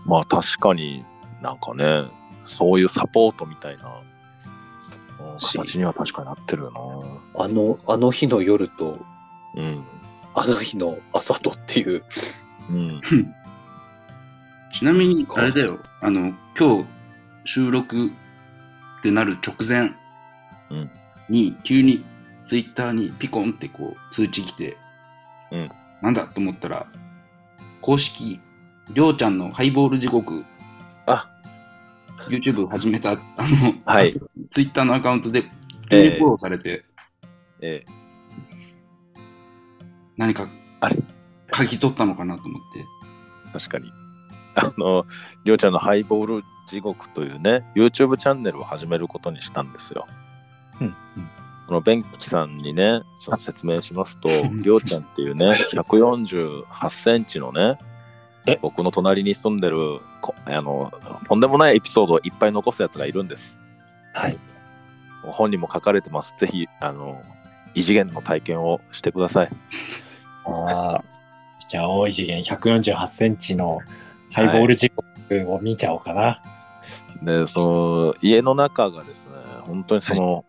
[SPEAKER 1] まあ確かになんかね、そういうサポートみたいな、うん
[SPEAKER 4] し
[SPEAKER 1] 形には確かになってるよ
[SPEAKER 4] あの、あの日の夜と、
[SPEAKER 1] な。うん。
[SPEAKER 4] あの日の朝とっていう。
[SPEAKER 1] うん。
[SPEAKER 2] ちなみに、あれだよ、あの、今日収録ってなる直前
[SPEAKER 1] うん
[SPEAKER 2] に、急にツイッターにピコンってこう通知来て、
[SPEAKER 1] うん
[SPEAKER 2] なんだと思ったら、公式、りょうちゃんのハイボール地獄、
[SPEAKER 1] あ
[SPEAKER 2] YouTube 始めた、あの、
[SPEAKER 1] はい。
[SPEAKER 2] ツイッターのアカウントで急にフォローされて、
[SPEAKER 1] ええ
[SPEAKER 2] 何か、
[SPEAKER 1] あれ
[SPEAKER 2] 嗅ぎ取ったのかなと思って。、
[SPEAKER 1] 確かに。あの、りょうちゃんのハイボール地獄というね、YouTube チャンネルを始めることにしたんですよ。
[SPEAKER 3] うん
[SPEAKER 1] このベンキさんにね、その説明しますとりょうちゃんっていうね、148センチのね
[SPEAKER 3] え、
[SPEAKER 1] 僕の隣に住んでるこあの、とんでもないエピソードをいっぱい残すやつがいるんです。
[SPEAKER 3] はい。
[SPEAKER 1] 本にも書かれてます。ぜひ、あの、異次元の体験をしてください。
[SPEAKER 3] ああ。じゃあ、大い次元148センチのハイボール時刻を見ちゃおうかな。
[SPEAKER 1] で、その、家の中がですね、本当にその、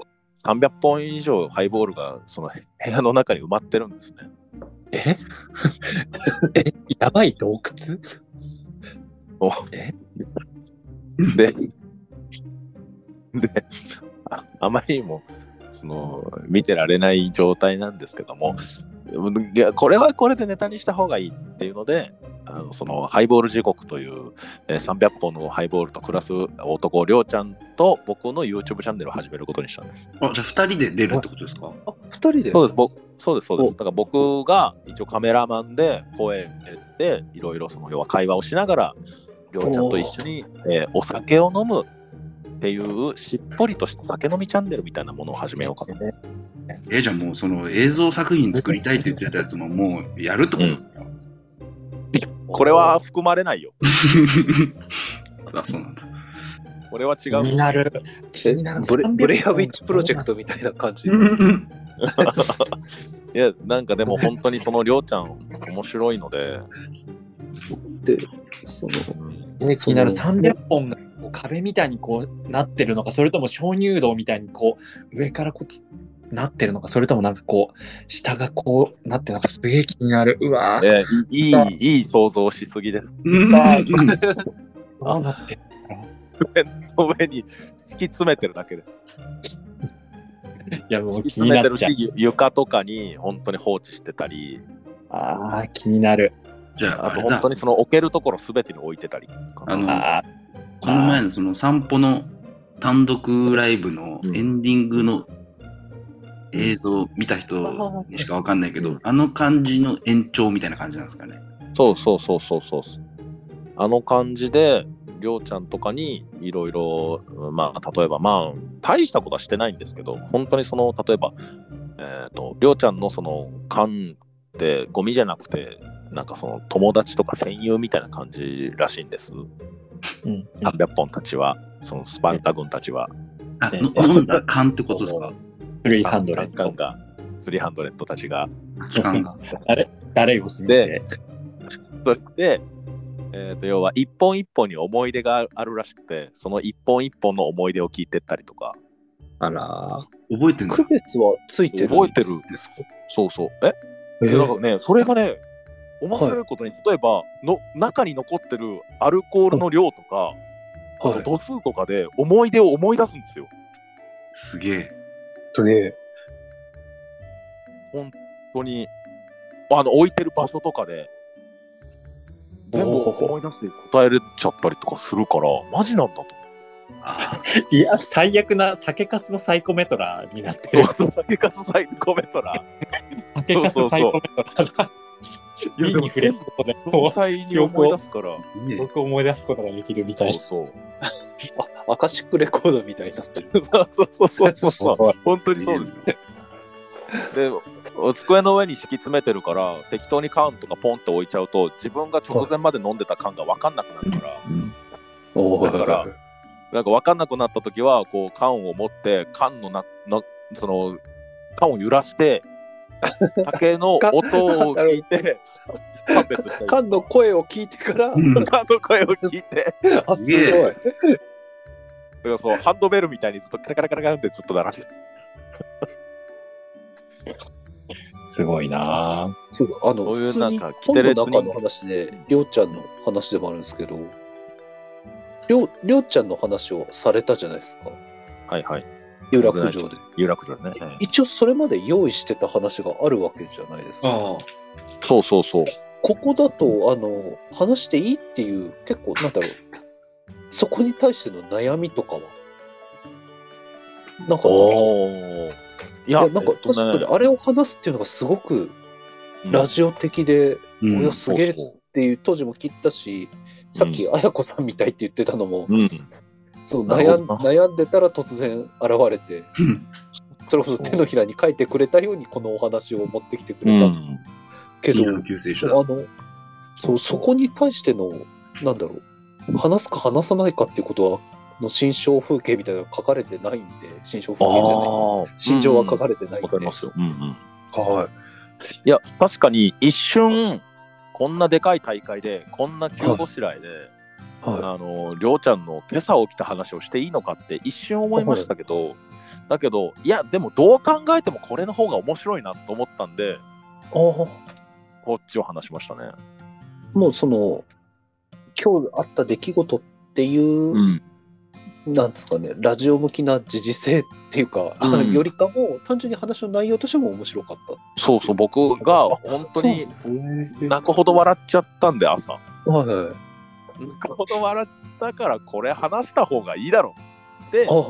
[SPEAKER 1] 300本以上ハイボールが、その、部屋の中に埋まってるんですね。
[SPEAKER 3] ええ、やばい洞窟
[SPEAKER 1] で、でああまりにもその見てられない状態なんですけども、いやこれはこれでネタにした方がいいっていうので、あのそのハイボール時刻という、えー300本のハイボールと暮らす男、りょうちゃんと僕の YouTube チャンネルを始めることにしたんです。
[SPEAKER 2] あ、じゃあ2人で出るってことですか
[SPEAKER 4] あ、二人で。
[SPEAKER 1] そうです、僕そうです、そうで
[SPEAKER 4] お
[SPEAKER 1] す。だから僕が一応カメラマンで声でいろいろその要は会話をしながら、りょうちゃんと一緒に、えーお酒を飲むっていうしっぽりとした酒飲みチャンネルみたいなものを始めようかと。
[SPEAKER 2] え、じゃあもうその映像作品作りたいって言ってたやつももうやるってことですか、
[SPEAKER 1] これは含まれないよ。
[SPEAKER 2] あ、そうなんだ。
[SPEAKER 1] これは違
[SPEAKER 3] 気に
[SPEAKER 1] う。
[SPEAKER 3] なる。気
[SPEAKER 4] え
[SPEAKER 3] になる
[SPEAKER 4] ブレブレアウィッチプロジェク
[SPEAKER 3] ト。
[SPEAKER 4] トみたいな感じ。
[SPEAKER 1] いや、なんかでも本当にそのりょうちゃん面白いの で、
[SPEAKER 4] で、その、
[SPEAKER 3] え気になる
[SPEAKER 4] その
[SPEAKER 3] 300本がこう壁みたいにこうなってるのか、それとも鍾乳洞みたいにこう上からこうつなってるのか、それともなんかこう、下がこうなって、なんかすげえ気になる。うわー、
[SPEAKER 1] ねいい
[SPEAKER 3] さあ、
[SPEAKER 1] いい想像しすぎです。
[SPEAKER 3] どうなってる
[SPEAKER 1] 上に敷き詰めてるだけで。
[SPEAKER 3] いや、も
[SPEAKER 1] 敷
[SPEAKER 3] う
[SPEAKER 1] き
[SPEAKER 3] 気
[SPEAKER 1] 詰
[SPEAKER 3] に
[SPEAKER 1] め
[SPEAKER 3] な
[SPEAKER 1] て
[SPEAKER 3] っ
[SPEAKER 1] る
[SPEAKER 3] ちゃう。
[SPEAKER 1] し、床とかに本当に放置してたり、
[SPEAKER 3] ああ、気になる。
[SPEAKER 2] じゃあ、
[SPEAKER 1] あ
[SPEAKER 2] あ
[SPEAKER 1] と
[SPEAKER 2] れ
[SPEAKER 1] 本
[SPEAKER 2] だ
[SPEAKER 1] 当にその置けるところすべてに置いてたり。
[SPEAKER 2] あの
[SPEAKER 3] あ
[SPEAKER 2] この前のその散歩の単独ライブのエンディングの映像を見た人にしかわかんないけど、あの感じの延長みたいな感じなんですかね。
[SPEAKER 1] そうそうそうそうそう。あの感じで、りょうちゃんとかにいろいろ、まあ、例えば、まあ、大したことはしてないんですけど、本当にその、例えば、えっ、と、りょうちゃんのその、缶って、ゴミじゃなくて、なんかその、友達とか戦友みたいな感じらしいんです。
[SPEAKER 3] ーうん。
[SPEAKER 1] 800本たちは、そのスパルタ軍たちは、
[SPEAKER 2] あ、
[SPEAKER 3] ええ
[SPEAKER 2] の飲んだ感ってことですか
[SPEAKER 3] フリーハンドレッ
[SPEAKER 1] 3
[SPEAKER 3] ド
[SPEAKER 1] ン。が、300たちが。
[SPEAKER 2] 期 間が。
[SPEAKER 3] 誰をすみせ。
[SPEAKER 1] それで、えー、と要は一本一本に思い出があるらしくてその一本一本の思い出を聞いてったりとか
[SPEAKER 3] あら
[SPEAKER 2] 覚えてんだ
[SPEAKER 4] 区。別はついてるん
[SPEAKER 1] 覚えてる
[SPEAKER 4] ですか
[SPEAKER 1] そうそうえ
[SPEAKER 4] え
[SPEAKER 1] でだから
[SPEAKER 4] ー
[SPEAKER 1] ねそれがね面白いことに、例えばの中に残ってるアルコールの量とか、あ
[SPEAKER 4] は
[SPEAKER 1] と
[SPEAKER 4] い。
[SPEAKER 1] 度数とかで思い出を思い出すんですよ
[SPEAKER 2] すげえ。
[SPEAKER 4] すげえ。
[SPEAKER 1] 本当にあの置いてる場所とかで全部思い出して答えれちゃったりとかするからマジなんだと
[SPEAKER 2] あ
[SPEAKER 3] いや、最悪な酒粕のサイコメトラになっ て
[SPEAKER 1] そう
[SPEAKER 3] る。
[SPEAKER 1] そう酒かすサイコメトラ
[SPEAKER 3] 酒粕サイコメトラが。
[SPEAKER 1] いや
[SPEAKER 3] 瓶に触れることで、も
[SPEAKER 1] 詳
[SPEAKER 3] う
[SPEAKER 1] 細に思い出すから
[SPEAKER 2] あ、いいね。
[SPEAKER 3] 僕を思い出すことができるみたいな。
[SPEAKER 1] そう
[SPEAKER 4] あ、アカシックレコードみたいになってる。
[SPEAKER 1] そうそうそうそうそうそう
[SPEAKER 3] そう
[SPEAKER 1] 本当にそうですでお机の上に敷き詰めてるから適当に缶とかポンって置いちゃうと自分が直前まで飲んでた缶が分かんなくなるから
[SPEAKER 4] お
[SPEAKER 1] だからなんか分かんなくなった時はこう缶を持って缶のななその缶を揺ら して竹の音を聞いて判別したり
[SPEAKER 4] 缶の声を聞いてから、
[SPEAKER 2] うん
[SPEAKER 1] 缶の声を聞い て
[SPEAKER 4] あ、
[SPEAKER 2] す
[SPEAKER 4] す
[SPEAKER 2] げえ
[SPEAKER 4] ご
[SPEAKER 1] だ
[SPEAKER 4] い。
[SPEAKER 1] からそうハンドベルみたいにずっとカラカラカラカラってずっと鳴らして
[SPEAKER 3] すごいなぁ
[SPEAKER 4] そうあの、
[SPEAKER 1] そういう
[SPEAKER 4] 普通に
[SPEAKER 1] なんか
[SPEAKER 4] 本の
[SPEAKER 1] キテレツ
[SPEAKER 4] 中
[SPEAKER 1] に
[SPEAKER 4] の話で、りょうちゃんの話でもあるんですけど、りょうりょうちゃんの話をされたじゃないですか、
[SPEAKER 1] はいはい
[SPEAKER 4] 有楽町で。
[SPEAKER 1] 有楽町ね、うん
[SPEAKER 4] 一応それまで用意してた話があるわけじゃないですか。
[SPEAKER 2] ああ。
[SPEAKER 1] そうそうそう
[SPEAKER 4] ここだと、あの、話していいっていう、結構、なんだろう、そこに対しての悩みとかは、なんか、い
[SPEAKER 1] おお。いや
[SPEAKER 4] やなんか確かにあれを話すっていうのがすごくラジオ的で、
[SPEAKER 2] う
[SPEAKER 4] い
[SPEAKER 2] ん
[SPEAKER 4] や。すげえっ
[SPEAKER 1] そうそう
[SPEAKER 4] ていう当時も聞いたし、さっき綾子さんみたいって言ってたのも、
[SPEAKER 1] オ。うん。
[SPEAKER 4] そう
[SPEAKER 1] なる
[SPEAKER 4] 悩ん
[SPEAKER 1] ほど
[SPEAKER 4] 悩んでたら突然現れて、それこそ手のひらに書いてくれたようにこのお話を持ってきてく
[SPEAKER 1] う
[SPEAKER 4] れた
[SPEAKER 1] ん。
[SPEAKER 4] けど、
[SPEAKER 2] 金の救世主
[SPEAKER 4] あ
[SPEAKER 2] だ。
[SPEAKER 4] のそうそこに対しての、なんだろう、話すか話さないかっていうことは、の心象風景みたいなのが書かれてないんで、心象風景じゃな
[SPEAKER 1] あ
[SPEAKER 4] い。
[SPEAKER 1] あ。
[SPEAKER 4] 心情は書かれてないんで。
[SPEAKER 1] わかりますよ。うんうん。
[SPEAKER 4] はい
[SPEAKER 1] や、確かに一瞬、こんなでかい大会で、こんな急ごしらえで、
[SPEAKER 4] い。は
[SPEAKER 1] あの、りょうちゃんの今朝起きた話をしていいのかって一瞬思いましたけど、だけど、いや、でもどう考えてもこれの方が面白いなと思ったんで、
[SPEAKER 4] い、ああ。
[SPEAKER 1] こっちを話しましたね。
[SPEAKER 4] もうその、今日あった出来事っていう、
[SPEAKER 1] ん。
[SPEAKER 4] なんですかね、ラジオ向きな時事性っていうか、
[SPEAKER 1] うん
[SPEAKER 4] よりかも、単純に話の内容としても面白かっ
[SPEAKER 1] そうそう、僕が本当に
[SPEAKER 4] た。へ
[SPEAKER 1] 泣くほど笑っちゃったんで、朝。
[SPEAKER 4] はいはい。
[SPEAKER 1] 泣くほど笑ったからこれ話した方がいいだろうって
[SPEAKER 4] ああ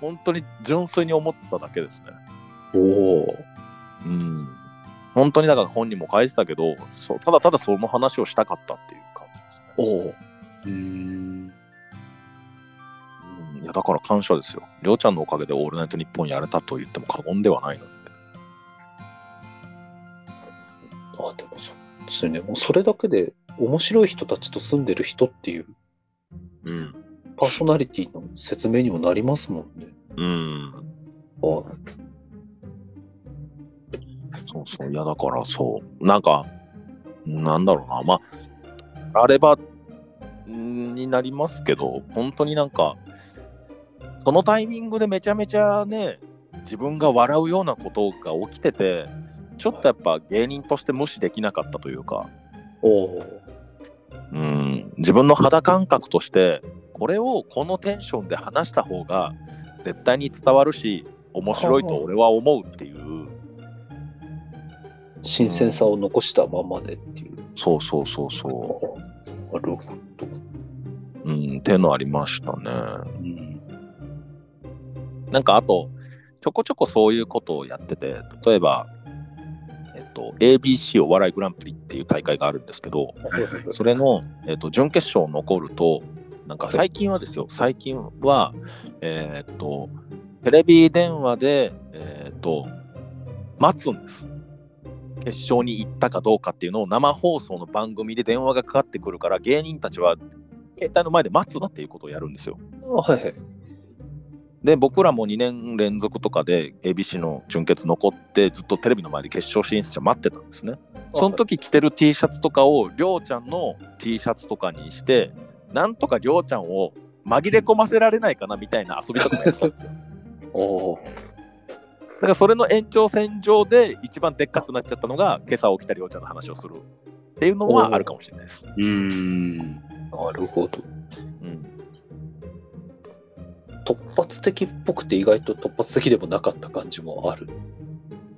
[SPEAKER 1] 本当に純粋に思っただけですね。
[SPEAKER 4] おお。
[SPEAKER 1] うん本当にだから本人も書いてたけどそうただただその話をしたかったっていう感
[SPEAKER 4] おお。
[SPEAKER 2] うーん。
[SPEAKER 1] じですね。うんいやだから感謝ですよ。りょうちゃんのおかげで「オールナイトニッポン」やれたと言っても過言ではないので。
[SPEAKER 4] あでもそうですね。もうそれだけで、面白い人たちと住んでる人っていう
[SPEAKER 1] うん
[SPEAKER 4] パーソナリティの説明にもなりますもんね。
[SPEAKER 1] うん、
[SPEAKER 4] あ
[SPEAKER 1] そうそういやだからそうなんかなんだろうなまああればんになりますけど本当になんかそのタイミングでめちゃめちゃね自分が笑うようなことが起きててちょっとやっぱ芸人として無視できなかったというか、
[SPEAKER 4] おー
[SPEAKER 1] うん、自分の肌感覚としてこれをこのテンションで話した方が絶対に伝わるし面白いと俺は思うっていう
[SPEAKER 4] 新鮮さを残したままでっていう。
[SPEAKER 1] そうそうそうそ
[SPEAKER 4] なるほど。
[SPEAKER 1] う、うん、っていうのありましたね、うん、なんかあとちょこちょこそういうことをやってて例えばえっと ABC お笑いグランプリっていう大会があるんですけど、
[SPEAKER 2] はいはい
[SPEAKER 1] それの、えっと準決勝残ると、なんか最近はですよ、最近は、えーっと、テレビ電話で、えーっと、待つんです。決勝に行ったかどうかっていうのを生放送の番組で電話がかかってくるから、芸人たちは携帯の前で待つっていうことをやるんですよ。
[SPEAKER 4] あはいはい。
[SPEAKER 1] で、僕らも2年連続とかで ABC の準決残って、ずっとテレビの前で決勝進出者待ってたんですね。その時着てる T シャツとかをりょうちゃんの T シャツとかにしてなんとかりょうちゃんを紛れ込ませられないかなみたいな遊びとかもやってたん ですよ
[SPEAKER 4] おー
[SPEAKER 1] だからそれの延長線上で一番でっかくなっちゃったのが今朝起きたりょうちゃんの話をするっていうのはあるかもしれないです、
[SPEAKER 2] うーん。
[SPEAKER 4] なるほど。
[SPEAKER 1] うん、
[SPEAKER 4] 突発的っぽくて意外と突発的でもなかった感じもある。。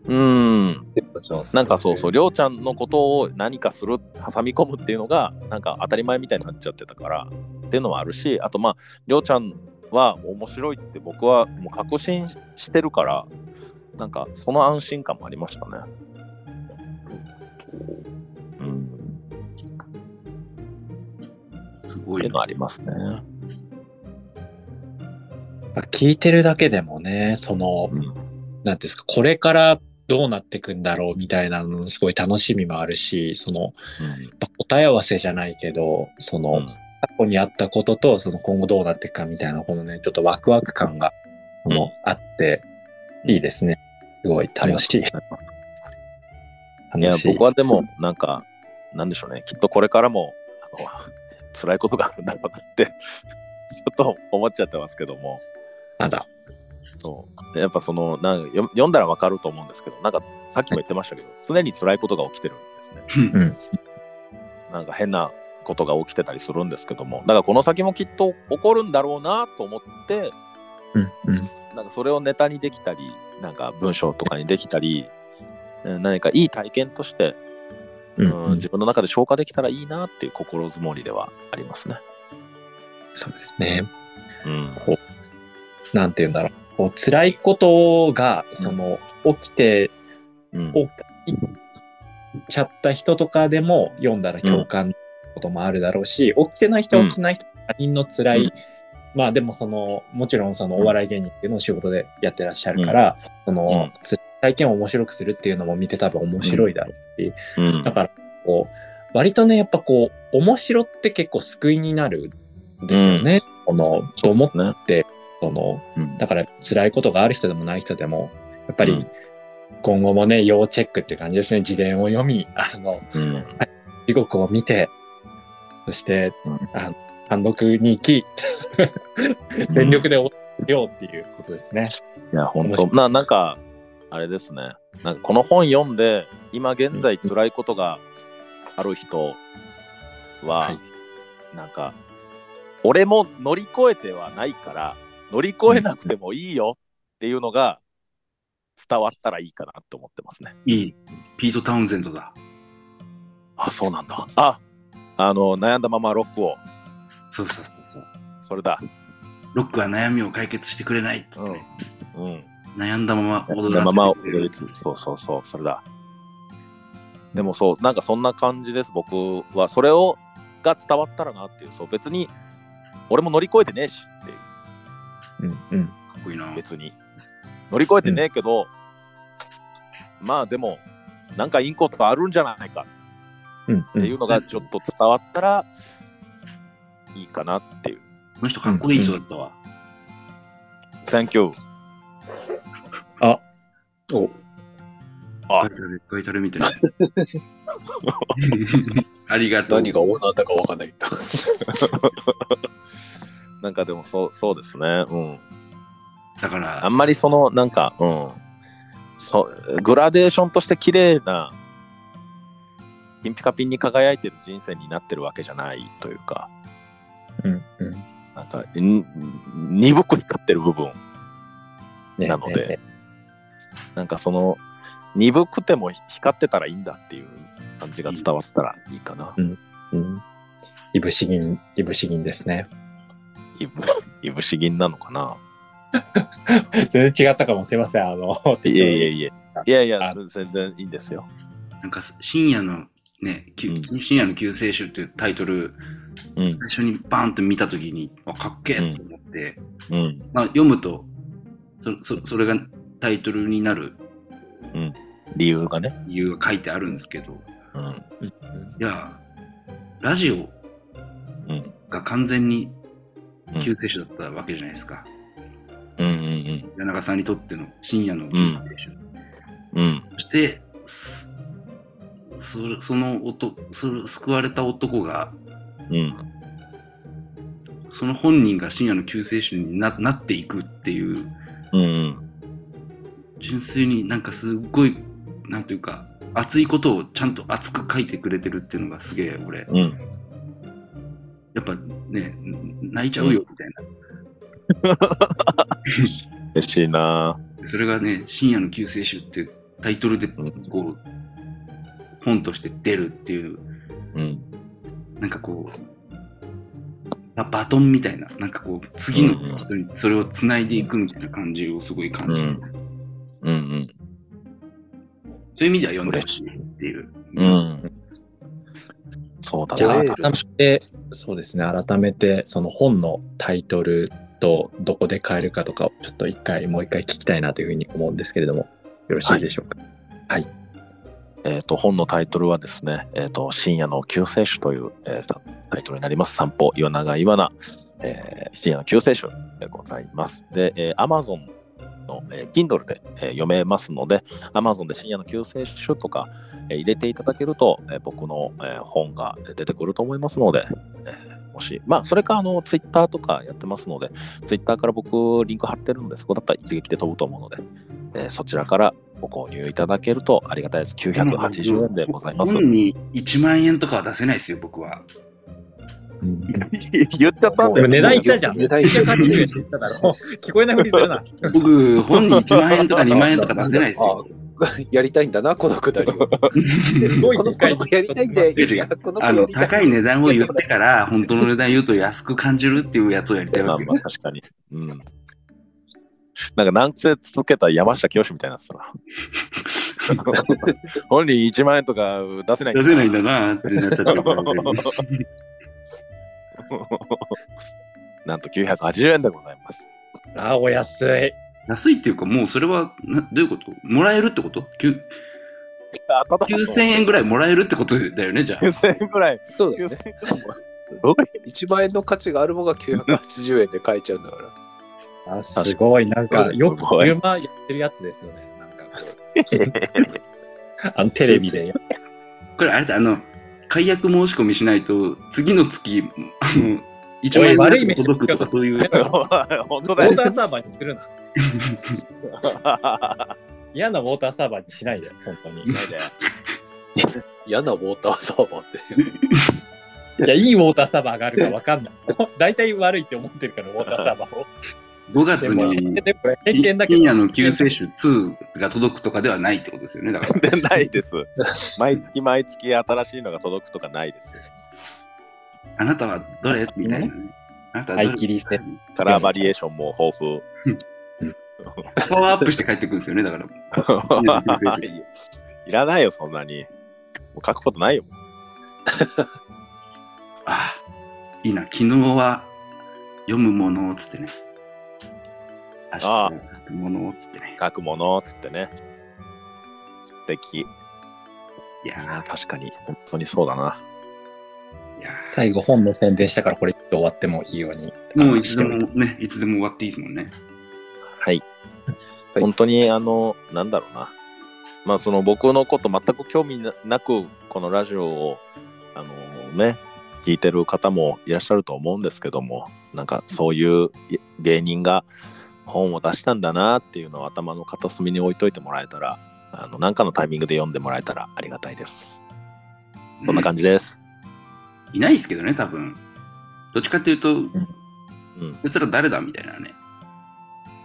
[SPEAKER 1] うん なんかそうそううりょうちゃんのことを何かする挟み込むっていうのがなんか当たり前みたいになっちゃってたからっていうのはあるしあとまありょうちゃんは面白いって僕はもう確信してるからなんかその安心感もありましたね。うん、
[SPEAKER 2] す
[SPEAKER 1] っ
[SPEAKER 2] ご
[SPEAKER 1] てい
[SPEAKER 2] いう
[SPEAKER 1] の
[SPEAKER 2] な。
[SPEAKER 1] ありますね。
[SPEAKER 3] まあ聞いてるだけでもね、その、
[SPEAKER 1] うん
[SPEAKER 3] なんていうんですか、これからどうなっていくんだろうみたいなの、すごい楽しみもあるし、その、まあ答え合わせじゃないけど、その、
[SPEAKER 1] うん
[SPEAKER 3] 過去にあったことと、その今後どうなっていくかみたいな、このね、ちょっとワクワク感が、
[SPEAKER 1] うん
[SPEAKER 3] もうあって、いいですね。すごい楽しい。
[SPEAKER 1] いや
[SPEAKER 3] 楽しい。
[SPEAKER 1] 僕はでもなんかなんでしょうねきっとこれからもあの 辛いことがあるんだろうなって ちょっと思っちゃってますけども。
[SPEAKER 3] あら、
[SPEAKER 1] そうやっぱそのなん読読んだらわかると思うんですけどなんかさっきも言ってましたけど常に辛いことが起きてるんですね
[SPEAKER 3] うん
[SPEAKER 1] なんか変なことが起きてたりするんですけどもだからこの先もきっと起こるんだろうなと思って
[SPEAKER 3] うん、うん。
[SPEAKER 1] なんかそれをネタにできたりなんか文章とかにできたりうん何かいい体験として、う
[SPEAKER 3] う
[SPEAKER 1] ん
[SPEAKER 3] ん、うん
[SPEAKER 1] 自分の中で消化できたらいいなっていう心づもりではありますね。
[SPEAKER 3] そうですね。
[SPEAKER 1] うん
[SPEAKER 3] なんて言うんだろう。こう辛いことが、その、起きて
[SPEAKER 1] うん
[SPEAKER 3] おちゃった人とかでも読んだら共感のこともあるだろうし、起きてない人は起きてない人、他人の辛い、
[SPEAKER 1] うん
[SPEAKER 3] まあでもその、もちろんそのお笑い芸人っていうのを仕事でやってらっしゃるから、その、辛い体験を面白くするっていうのも見て多分面白いだろうし、
[SPEAKER 1] うん
[SPEAKER 3] だからこう、割とね、やっぱこう、面白って結構救いになるんですよね。この、と思って、
[SPEAKER 1] ね
[SPEAKER 3] その、
[SPEAKER 1] うん
[SPEAKER 3] だから辛いことがある人でもない人でも、やっぱ
[SPEAKER 1] う
[SPEAKER 3] り
[SPEAKER 1] ん
[SPEAKER 3] 今後もね、要チェックって感じですね。自伝を読み、あの、
[SPEAKER 1] うん
[SPEAKER 3] 地獄を見て、そして、
[SPEAKER 1] うん
[SPEAKER 3] あの単独に行き、全力で応援しようっていうことですね。
[SPEAKER 1] いや、本
[SPEAKER 3] 面
[SPEAKER 1] 当
[SPEAKER 3] 白
[SPEAKER 1] な、なんか、あれですね。なんかこの本読んで、今現在辛いことがある人は、
[SPEAKER 3] はい
[SPEAKER 1] なんか、俺も乗り越えてはないから、乗り越えなくてもいいよっていうのが伝わったらいいかなと思ってますね。
[SPEAKER 2] いい。ピート・タウンゼンドだ。
[SPEAKER 1] あ、そうなんだ。あ、あの、悩んだままロックを。
[SPEAKER 2] そうそうそうそう。
[SPEAKER 1] それだ。
[SPEAKER 2] ロックは悩みを解決してくれないっつってね、
[SPEAKER 1] うん。
[SPEAKER 2] 悩んだまま
[SPEAKER 1] 踊
[SPEAKER 2] 踊
[SPEAKER 1] ら
[SPEAKER 2] ら
[SPEAKER 1] ま
[SPEAKER 2] せ
[SPEAKER 1] ま
[SPEAKER 2] てくれ
[SPEAKER 1] 踊
[SPEAKER 2] る
[SPEAKER 1] りつそうそうそうそれだでもそうなんかそんな感じです僕はそれをが伝わったらなっていうそう別に俺も乗り越えてねえしっていう
[SPEAKER 3] うん、うん。
[SPEAKER 2] かっこいいな。
[SPEAKER 1] 別に乗り越えてねえけど、まあでもなんかいいことあるんじゃないか
[SPEAKER 3] うん、
[SPEAKER 1] っ
[SPEAKER 3] う
[SPEAKER 1] てい
[SPEAKER 3] ん。
[SPEAKER 1] うのがちょっと伝わったらいいかなっていう
[SPEAKER 2] この人かっこいい人だったわ。
[SPEAKER 1] Thank you
[SPEAKER 4] お
[SPEAKER 1] う
[SPEAKER 2] バイタル、バイタルみたいな。ありがとう。
[SPEAKER 4] 何がオーナーだかわかんないけど。
[SPEAKER 1] なんかでもそうそうですねうん
[SPEAKER 2] だから
[SPEAKER 1] あんまりそのなんか、うん、そグラデーションとして綺麗なピンピカピンに輝いてる人生になってるわけじゃないというか
[SPEAKER 3] うんうん
[SPEAKER 1] なんかん鈍く光ってる部分
[SPEAKER 3] ね
[SPEAKER 1] なので
[SPEAKER 3] ね
[SPEAKER 1] なんかその鈍くても光ってたらいいんだっていう感じが伝わったらいいかな。
[SPEAKER 3] うんいぶし銀いぶし銀ですね
[SPEAKER 1] いぶいぶし銀なのかな。
[SPEAKER 3] 全然違ったかもしれませんあの
[SPEAKER 1] いやいやいや。いやいや
[SPEAKER 3] あ、
[SPEAKER 1] 全全然いいんですよ。
[SPEAKER 2] なんか深夜のね、きゅ
[SPEAKER 1] う
[SPEAKER 2] 深夜の救世主っていうタイトル、
[SPEAKER 1] うん
[SPEAKER 2] 最初にバーンと見たときに、あかっけえと思って、
[SPEAKER 1] うん。
[SPEAKER 2] まあ、読むとそそ、それがタイトルになる
[SPEAKER 1] 理由がね。
[SPEAKER 2] 理由が書いてあるんですけど、
[SPEAKER 1] うん。
[SPEAKER 2] いや、ラジオ
[SPEAKER 1] うん。
[SPEAKER 2] が完全に
[SPEAKER 1] うん
[SPEAKER 2] 救世主だったわけじゃないですか。
[SPEAKER 1] うんうん
[SPEAKER 2] 柳川さんにとっての深夜の救世主。
[SPEAKER 1] うん。うん。
[SPEAKER 2] そして、すそその男そ救われた男が
[SPEAKER 1] うん。
[SPEAKER 2] その本人が深夜の救世主にななっていくっていう
[SPEAKER 1] うん。
[SPEAKER 2] 純粋になんかすっごいなんていうか熱いことをちゃんと熱く書いてくれてるっていうのがすげえ俺や
[SPEAKER 1] うん。
[SPEAKER 2] っぱね泣いちゃうよみたいな、
[SPEAKER 1] 嬉しいな
[SPEAKER 2] それがね「深夜の救世主」っていうタイトルで
[SPEAKER 1] ぁうん。
[SPEAKER 2] こう本として出るっていう
[SPEAKER 1] うん。
[SPEAKER 2] なんかこうババトンみたいななんかこう次の人にそれをつないでいくみたいな感じをすごい感じる、
[SPEAKER 1] うんうん
[SPEAKER 2] そういう意味では読んでほしいっていう、
[SPEAKER 1] うん。うん。そうだ
[SPEAKER 3] じゃ
[SPEAKER 1] な
[SPEAKER 3] あ
[SPEAKER 4] エ
[SPEAKER 1] ぁ
[SPEAKER 4] ール
[SPEAKER 3] 改めてそうですね改めてその本のタイトルとどこで買えるかとかをちょっと一回もう一回聞きたいなというふうに思うんですけれどもよろしいでしょうか、
[SPEAKER 1] えっと、本のタイトルはですね、えっ、と、深夜の救世主という、えーとタイトルになります。散歩、岩永岩名、えー深夜の救世主でございます。で、えー Amazon の、えー Kindle で、えー読めますので、Amazon で深夜の救世主とか、えー入れていただけると、えー僕の、えー本が出てくると思いますので、えーもし、まあ、それか、あの、Twitter とかやってますので、Twitter から僕、リンク貼ってるので、そこだったら一撃で飛ぶと思うので、えーそちらからご購入いただけるとありがたいです。980円でございます。
[SPEAKER 2] 本に1万円とかは出せないですよ、僕は。
[SPEAKER 1] 言っちゃったんだ
[SPEAKER 3] でも
[SPEAKER 1] よ。
[SPEAKER 3] 値段いったじゃん。
[SPEAKER 4] 値段
[SPEAKER 3] い
[SPEAKER 4] 言
[SPEAKER 3] っ
[SPEAKER 4] った
[SPEAKER 3] ただろ。聞こえないふりす るな。
[SPEAKER 2] 僕、本に1万円とか2万円とか出せないですよ。
[SPEAKER 4] やりたいんだな、このく だりを。こ
[SPEAKER 3] ごい
[SPEAKER 4] の
[SPEAKER 3] でかい
[SPEAKER 4] 子やりたいんで、
[SPEAKER 2] 出るやん
[SPEAKER 4] この子
[SPEAKER 2] あ
[SPEAKER 4] や
[SPEAKER 2] の
[SPEAKER 4] りたい。
[SPEAKER 2] 高い値段を言ってから、本当の値段言うと安く感じるっていうやつをやりたい
[SPEAKER 1] まあ
[SPEAKER 2] わけ
[SPEAKER 1] まあ確かに。うん。なんか何癖続けた山下清みたいになってたな。 本人1万円とか出せない。
[SPEAKER 2] 出せないんだ。なってなっちゃってるからね
[SPEAKER 1] なんと980円でございます。
[SPEAKER 3] あ、お安い。
[SPEAKER 2] 安いっていうか、もうそれはなどういうこともらえるってこときゅ
[SPEAKER 1] あただ
[SPEAKER 2] ?9000 円ぐらいもらえるってことだよね、じゃあ。
[SPEAKER 1] 9000円ぐらい。
[SPEAKER 4] そうだよ
[SPEAKER 1] 9000
[SPEAKER 4] ね。
[SPEAKER 1] 円ぐらい。どういう
[SPEAKER 4] 1万円の価値があるものが980円で買えちゃうんだから。
[SPEAKER 3] あ、すごい。なんか、よく
[SPEAKER 1] すごい
[SPEAKER 3] 車やってるやつですよね。な んかこう。あの、テレビでやっ
[SPEAKER 2] これ、あれだ、あの、解約申し込みしないと、次の月、あの、1
[SPEAKER 3] お
[SPEAKER 2] 万
[SPEAKER 3] い
[SPEAKER 2] 円
[SPEAKER 3] 悪い目
[SPEAKER 2] 届くとか、そういう。
[SPEAKER 1] 本当
[SPEAKER 3] ウォ
[SPEAKER 1] だよ。
[SPEAKER 3] ー。ターサーバーにするな。嫌なウォーターサーバーにしないで、本当に。い
[SPEAKER 4] 嫌なウォーターサーバーって。
[SPEAKER 3] や、いいウォーターサーバーがあるかわかんない。 大体悪いって思ってるから、ウォーターサーバー を。
[SPEAKER 2] 5月
[SPEAKER 3] でも、
[SPEAKER 2] に
[SPEAKER 3] でもこれ偏見だけ
[SPEAKER 2] 深
[SPEAKER 3] ど
[SPEAKER 2] 夜、の救 世主2が届くとかではないってことですよね。だから
[SPEAKER 1] ないです。毎月毎月新しいのが届くとかないです。
[SPEAKER 2] あなたはどれみたいなね。あなたはどれ
[SPEAKER 3] 買い切りして
[SPEAKER 1] カラーバリエーションも豊富。
[SPEAKER 2] パワーアップして帰ってくるんですよね。だから。
[SPEAKER 1] いらないよ、そんなに。もう書くことないよ。
[SPEAKER 2] ああ、いいな。昨日は読むものをつってね。明日は書くものをつってね。
[SPEAKER 1] 書くものっつってね。素敵。い
[SPEAKER 2] いや
[SPEAKER 1] やー、確かに、本当にそうだな。
[SPEAKER 2] ー、いや
[SPEAKER 3] 最後本の宣伝したから、これ終わってもいいように。
[SPEAKER 2] ーもういつでもね、いつでも終わっていいですもんね。
[SPEAKER 1] はい。
[SPEAKER 4] はい
[SPEAKER 1] 本当に、あの、なんだろうな。まあ、その、僕のこと全く興味ななく、このラジオを、あのね、聞いてる方もいらっしゃると思うんですけども、なんか、そういうい芸人が、本を出したんだなっていうのを頭の片隅に置いといてもらえたら、あの、なんかのタイミングで読んでもらえたらありがたいです。そんな感じです。
[SPEAKER 2] いないですけどね、多分。どっちかっていうと、
[SPEAKER 1] うん。
[SPEAKER 2] こいつら誰だみたいなね。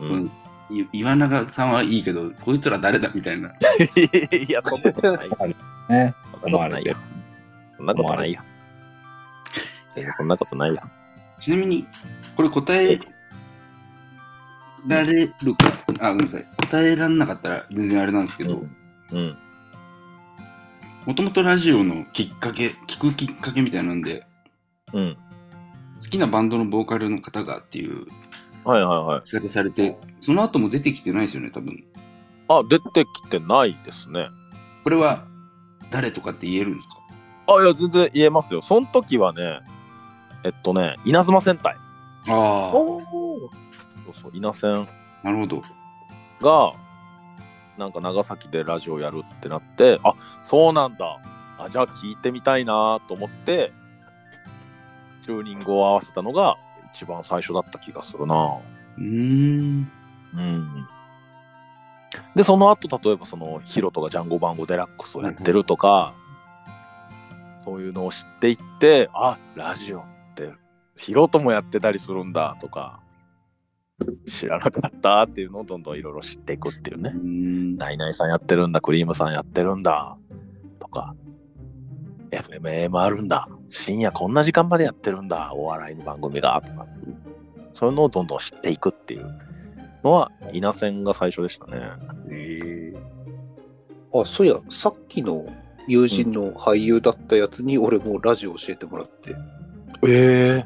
[SPEAKER 1] う
[SPEAKER 2] うん
[SPEAKER 1] ん。
[SPEAKER 2] い岩永さんはいいけど、こいつら誰だみたいな。
[SPEAKER 1] いや、そんなことない。
[SPEAKER 3] ね。
[SPEAKER 1] そんなことないよ。そんなことないよ。全然そんなことないよ。
[SPEAKER 2] ちなみに、これ答えられるか、あ、ごめんなさい。答えられなかったら全然あれなんですけど、
[SPEAKER 1] うん。
[SPEAKER 2] もともとラジオのきっかけ、聞くきっかけみたいなんで、
[SPEAKER 1] うん。
[SPEAKER 2] 好きなバンドのボーカルの方がっていう
[SPEAKER 1] はいはいはい。
[SPEAKER 2] 仕掛けされて、その後も出てきてないですよね、多分。
[SPEAKER 1] あ、出てきてないですね。
[SPEAKER 2] これは誰とかって言えるんですか
[SPEAKER 1] あ、いや、全然言えますよ。その時はね、えっとね、稲妻戦隊。
[SPEAKER 2] ああ、
[SPEAKER 1] そ
[SPEAKER 4] お
[SPEAKER 1] うそう、稲戦
[SPEAKER 2] なるほど。
[SPEAKER 1] が、なんか長崎でラジオやるってなって、あ、そうなんだ。あ、じゃあ聞いてみたいなと思って、チューニングを合わせたのが一番最初だった気がするな。
[SPEAKER 2] うーん。
[SPEAKER 1] うん。で、その後、例えばそのヒロトがジャンゴバンゴデラックスをやってるとか、そういうのを知っていって、あ、ラジオってヒロトもやってたりするんだとか、知らなかったっていうのをどんどんいろいろ知っていくっていう
[SPEAKER 2] う
[SPEAKER 1] ね
[SPEAKER 2] ー。ん
[SPEAKER 1] ナイナイさんやってるんだ、クリームさんやってるんだとか、FMAM あるんだ、深夜こんな時間までやってるんだ、お笑いの番組がとか、そういうのをどんどん知っていくっていうのは、稲線が最初でしたね。
[SPEAKER 2] えー
[SPEAKER 4] あ、そういや、さっきの友人の俳優だったやつに、俺もラジオ教えてもらって、
[SPEAKER 1] ええ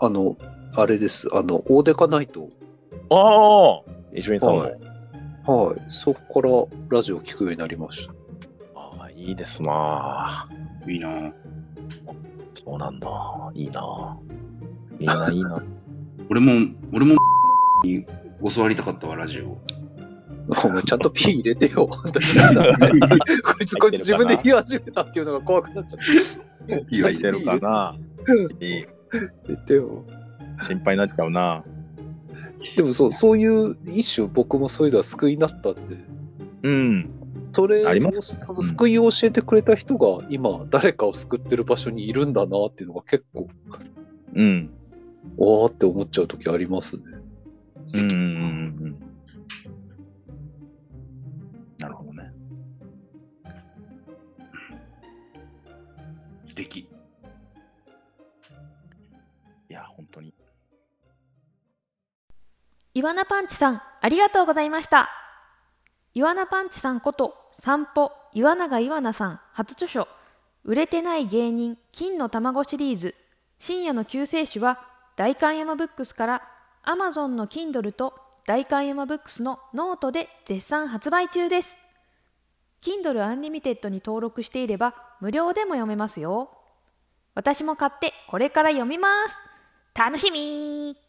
[SPEAKER 4] あの、あれです、あの、大デカナイト、
[SPEAKER 1] ああ伊集院さんも。
[SPEAKER 4] はいはい、そこからラジオ聞くようになりま した。
[SPEAKER 1] ああ、いいですなあ。
[SPEAKER 2] いいな
[SPEAKER 1] そうなんだ。いいなあ。みんないいな。
[SPEAKER 2] 俺も、俺もに教わりたかったわ、ラジオ。
[SPEAKER 4] お前ちゃんと P 入れてよ。本当になんだこいつ、こいつ自分で言い始めたっていうのが怖くなっちゃった。
[SPEAKER 2] いや
[SPEAKER 1] いてるかな。いい
[SPEAKER 4] 入れてよ。
[SPEAKER 1] 心配になっちゃうな。
[SPEAKER 4] でもそう、そういう一種、僕もそういうのは救いになったんで、
[SPEAKER 1] うん。
[SPEAKER 4] それ
[SPEAKER 1] あり
[SPEAKER 4] を、
[SPEAKER 1] ます
[SPEAKER 4] その救いを教えてくれた人が今、誰かを救ってる場所にいるんだなっていうのが結構、
[SPEAKER 1] うん。
[SPEAKER 4] わーって思っちゃう時ありますね。
[SPEAKER 1] うんうんうんうん。なるほどね。
[SPEAKER 2] 素敵。
[SPEAKER 1] いや、本当に。
[SPEAKER 5] イワナパンチさん、ありがとうございました。イワナパンチさんこと、散歩、岩永イワナさん、初著書、売れてない芸人、金の卵シリーズ、深夜の救世主は、大観山ブックスから、アマゾンの Kindle と、大観山ブックスのノートで絶賛発売中です。Kindle Unlimited に登録していれば、無料でも読めますよ。私も買って、これから読みます。楽しみー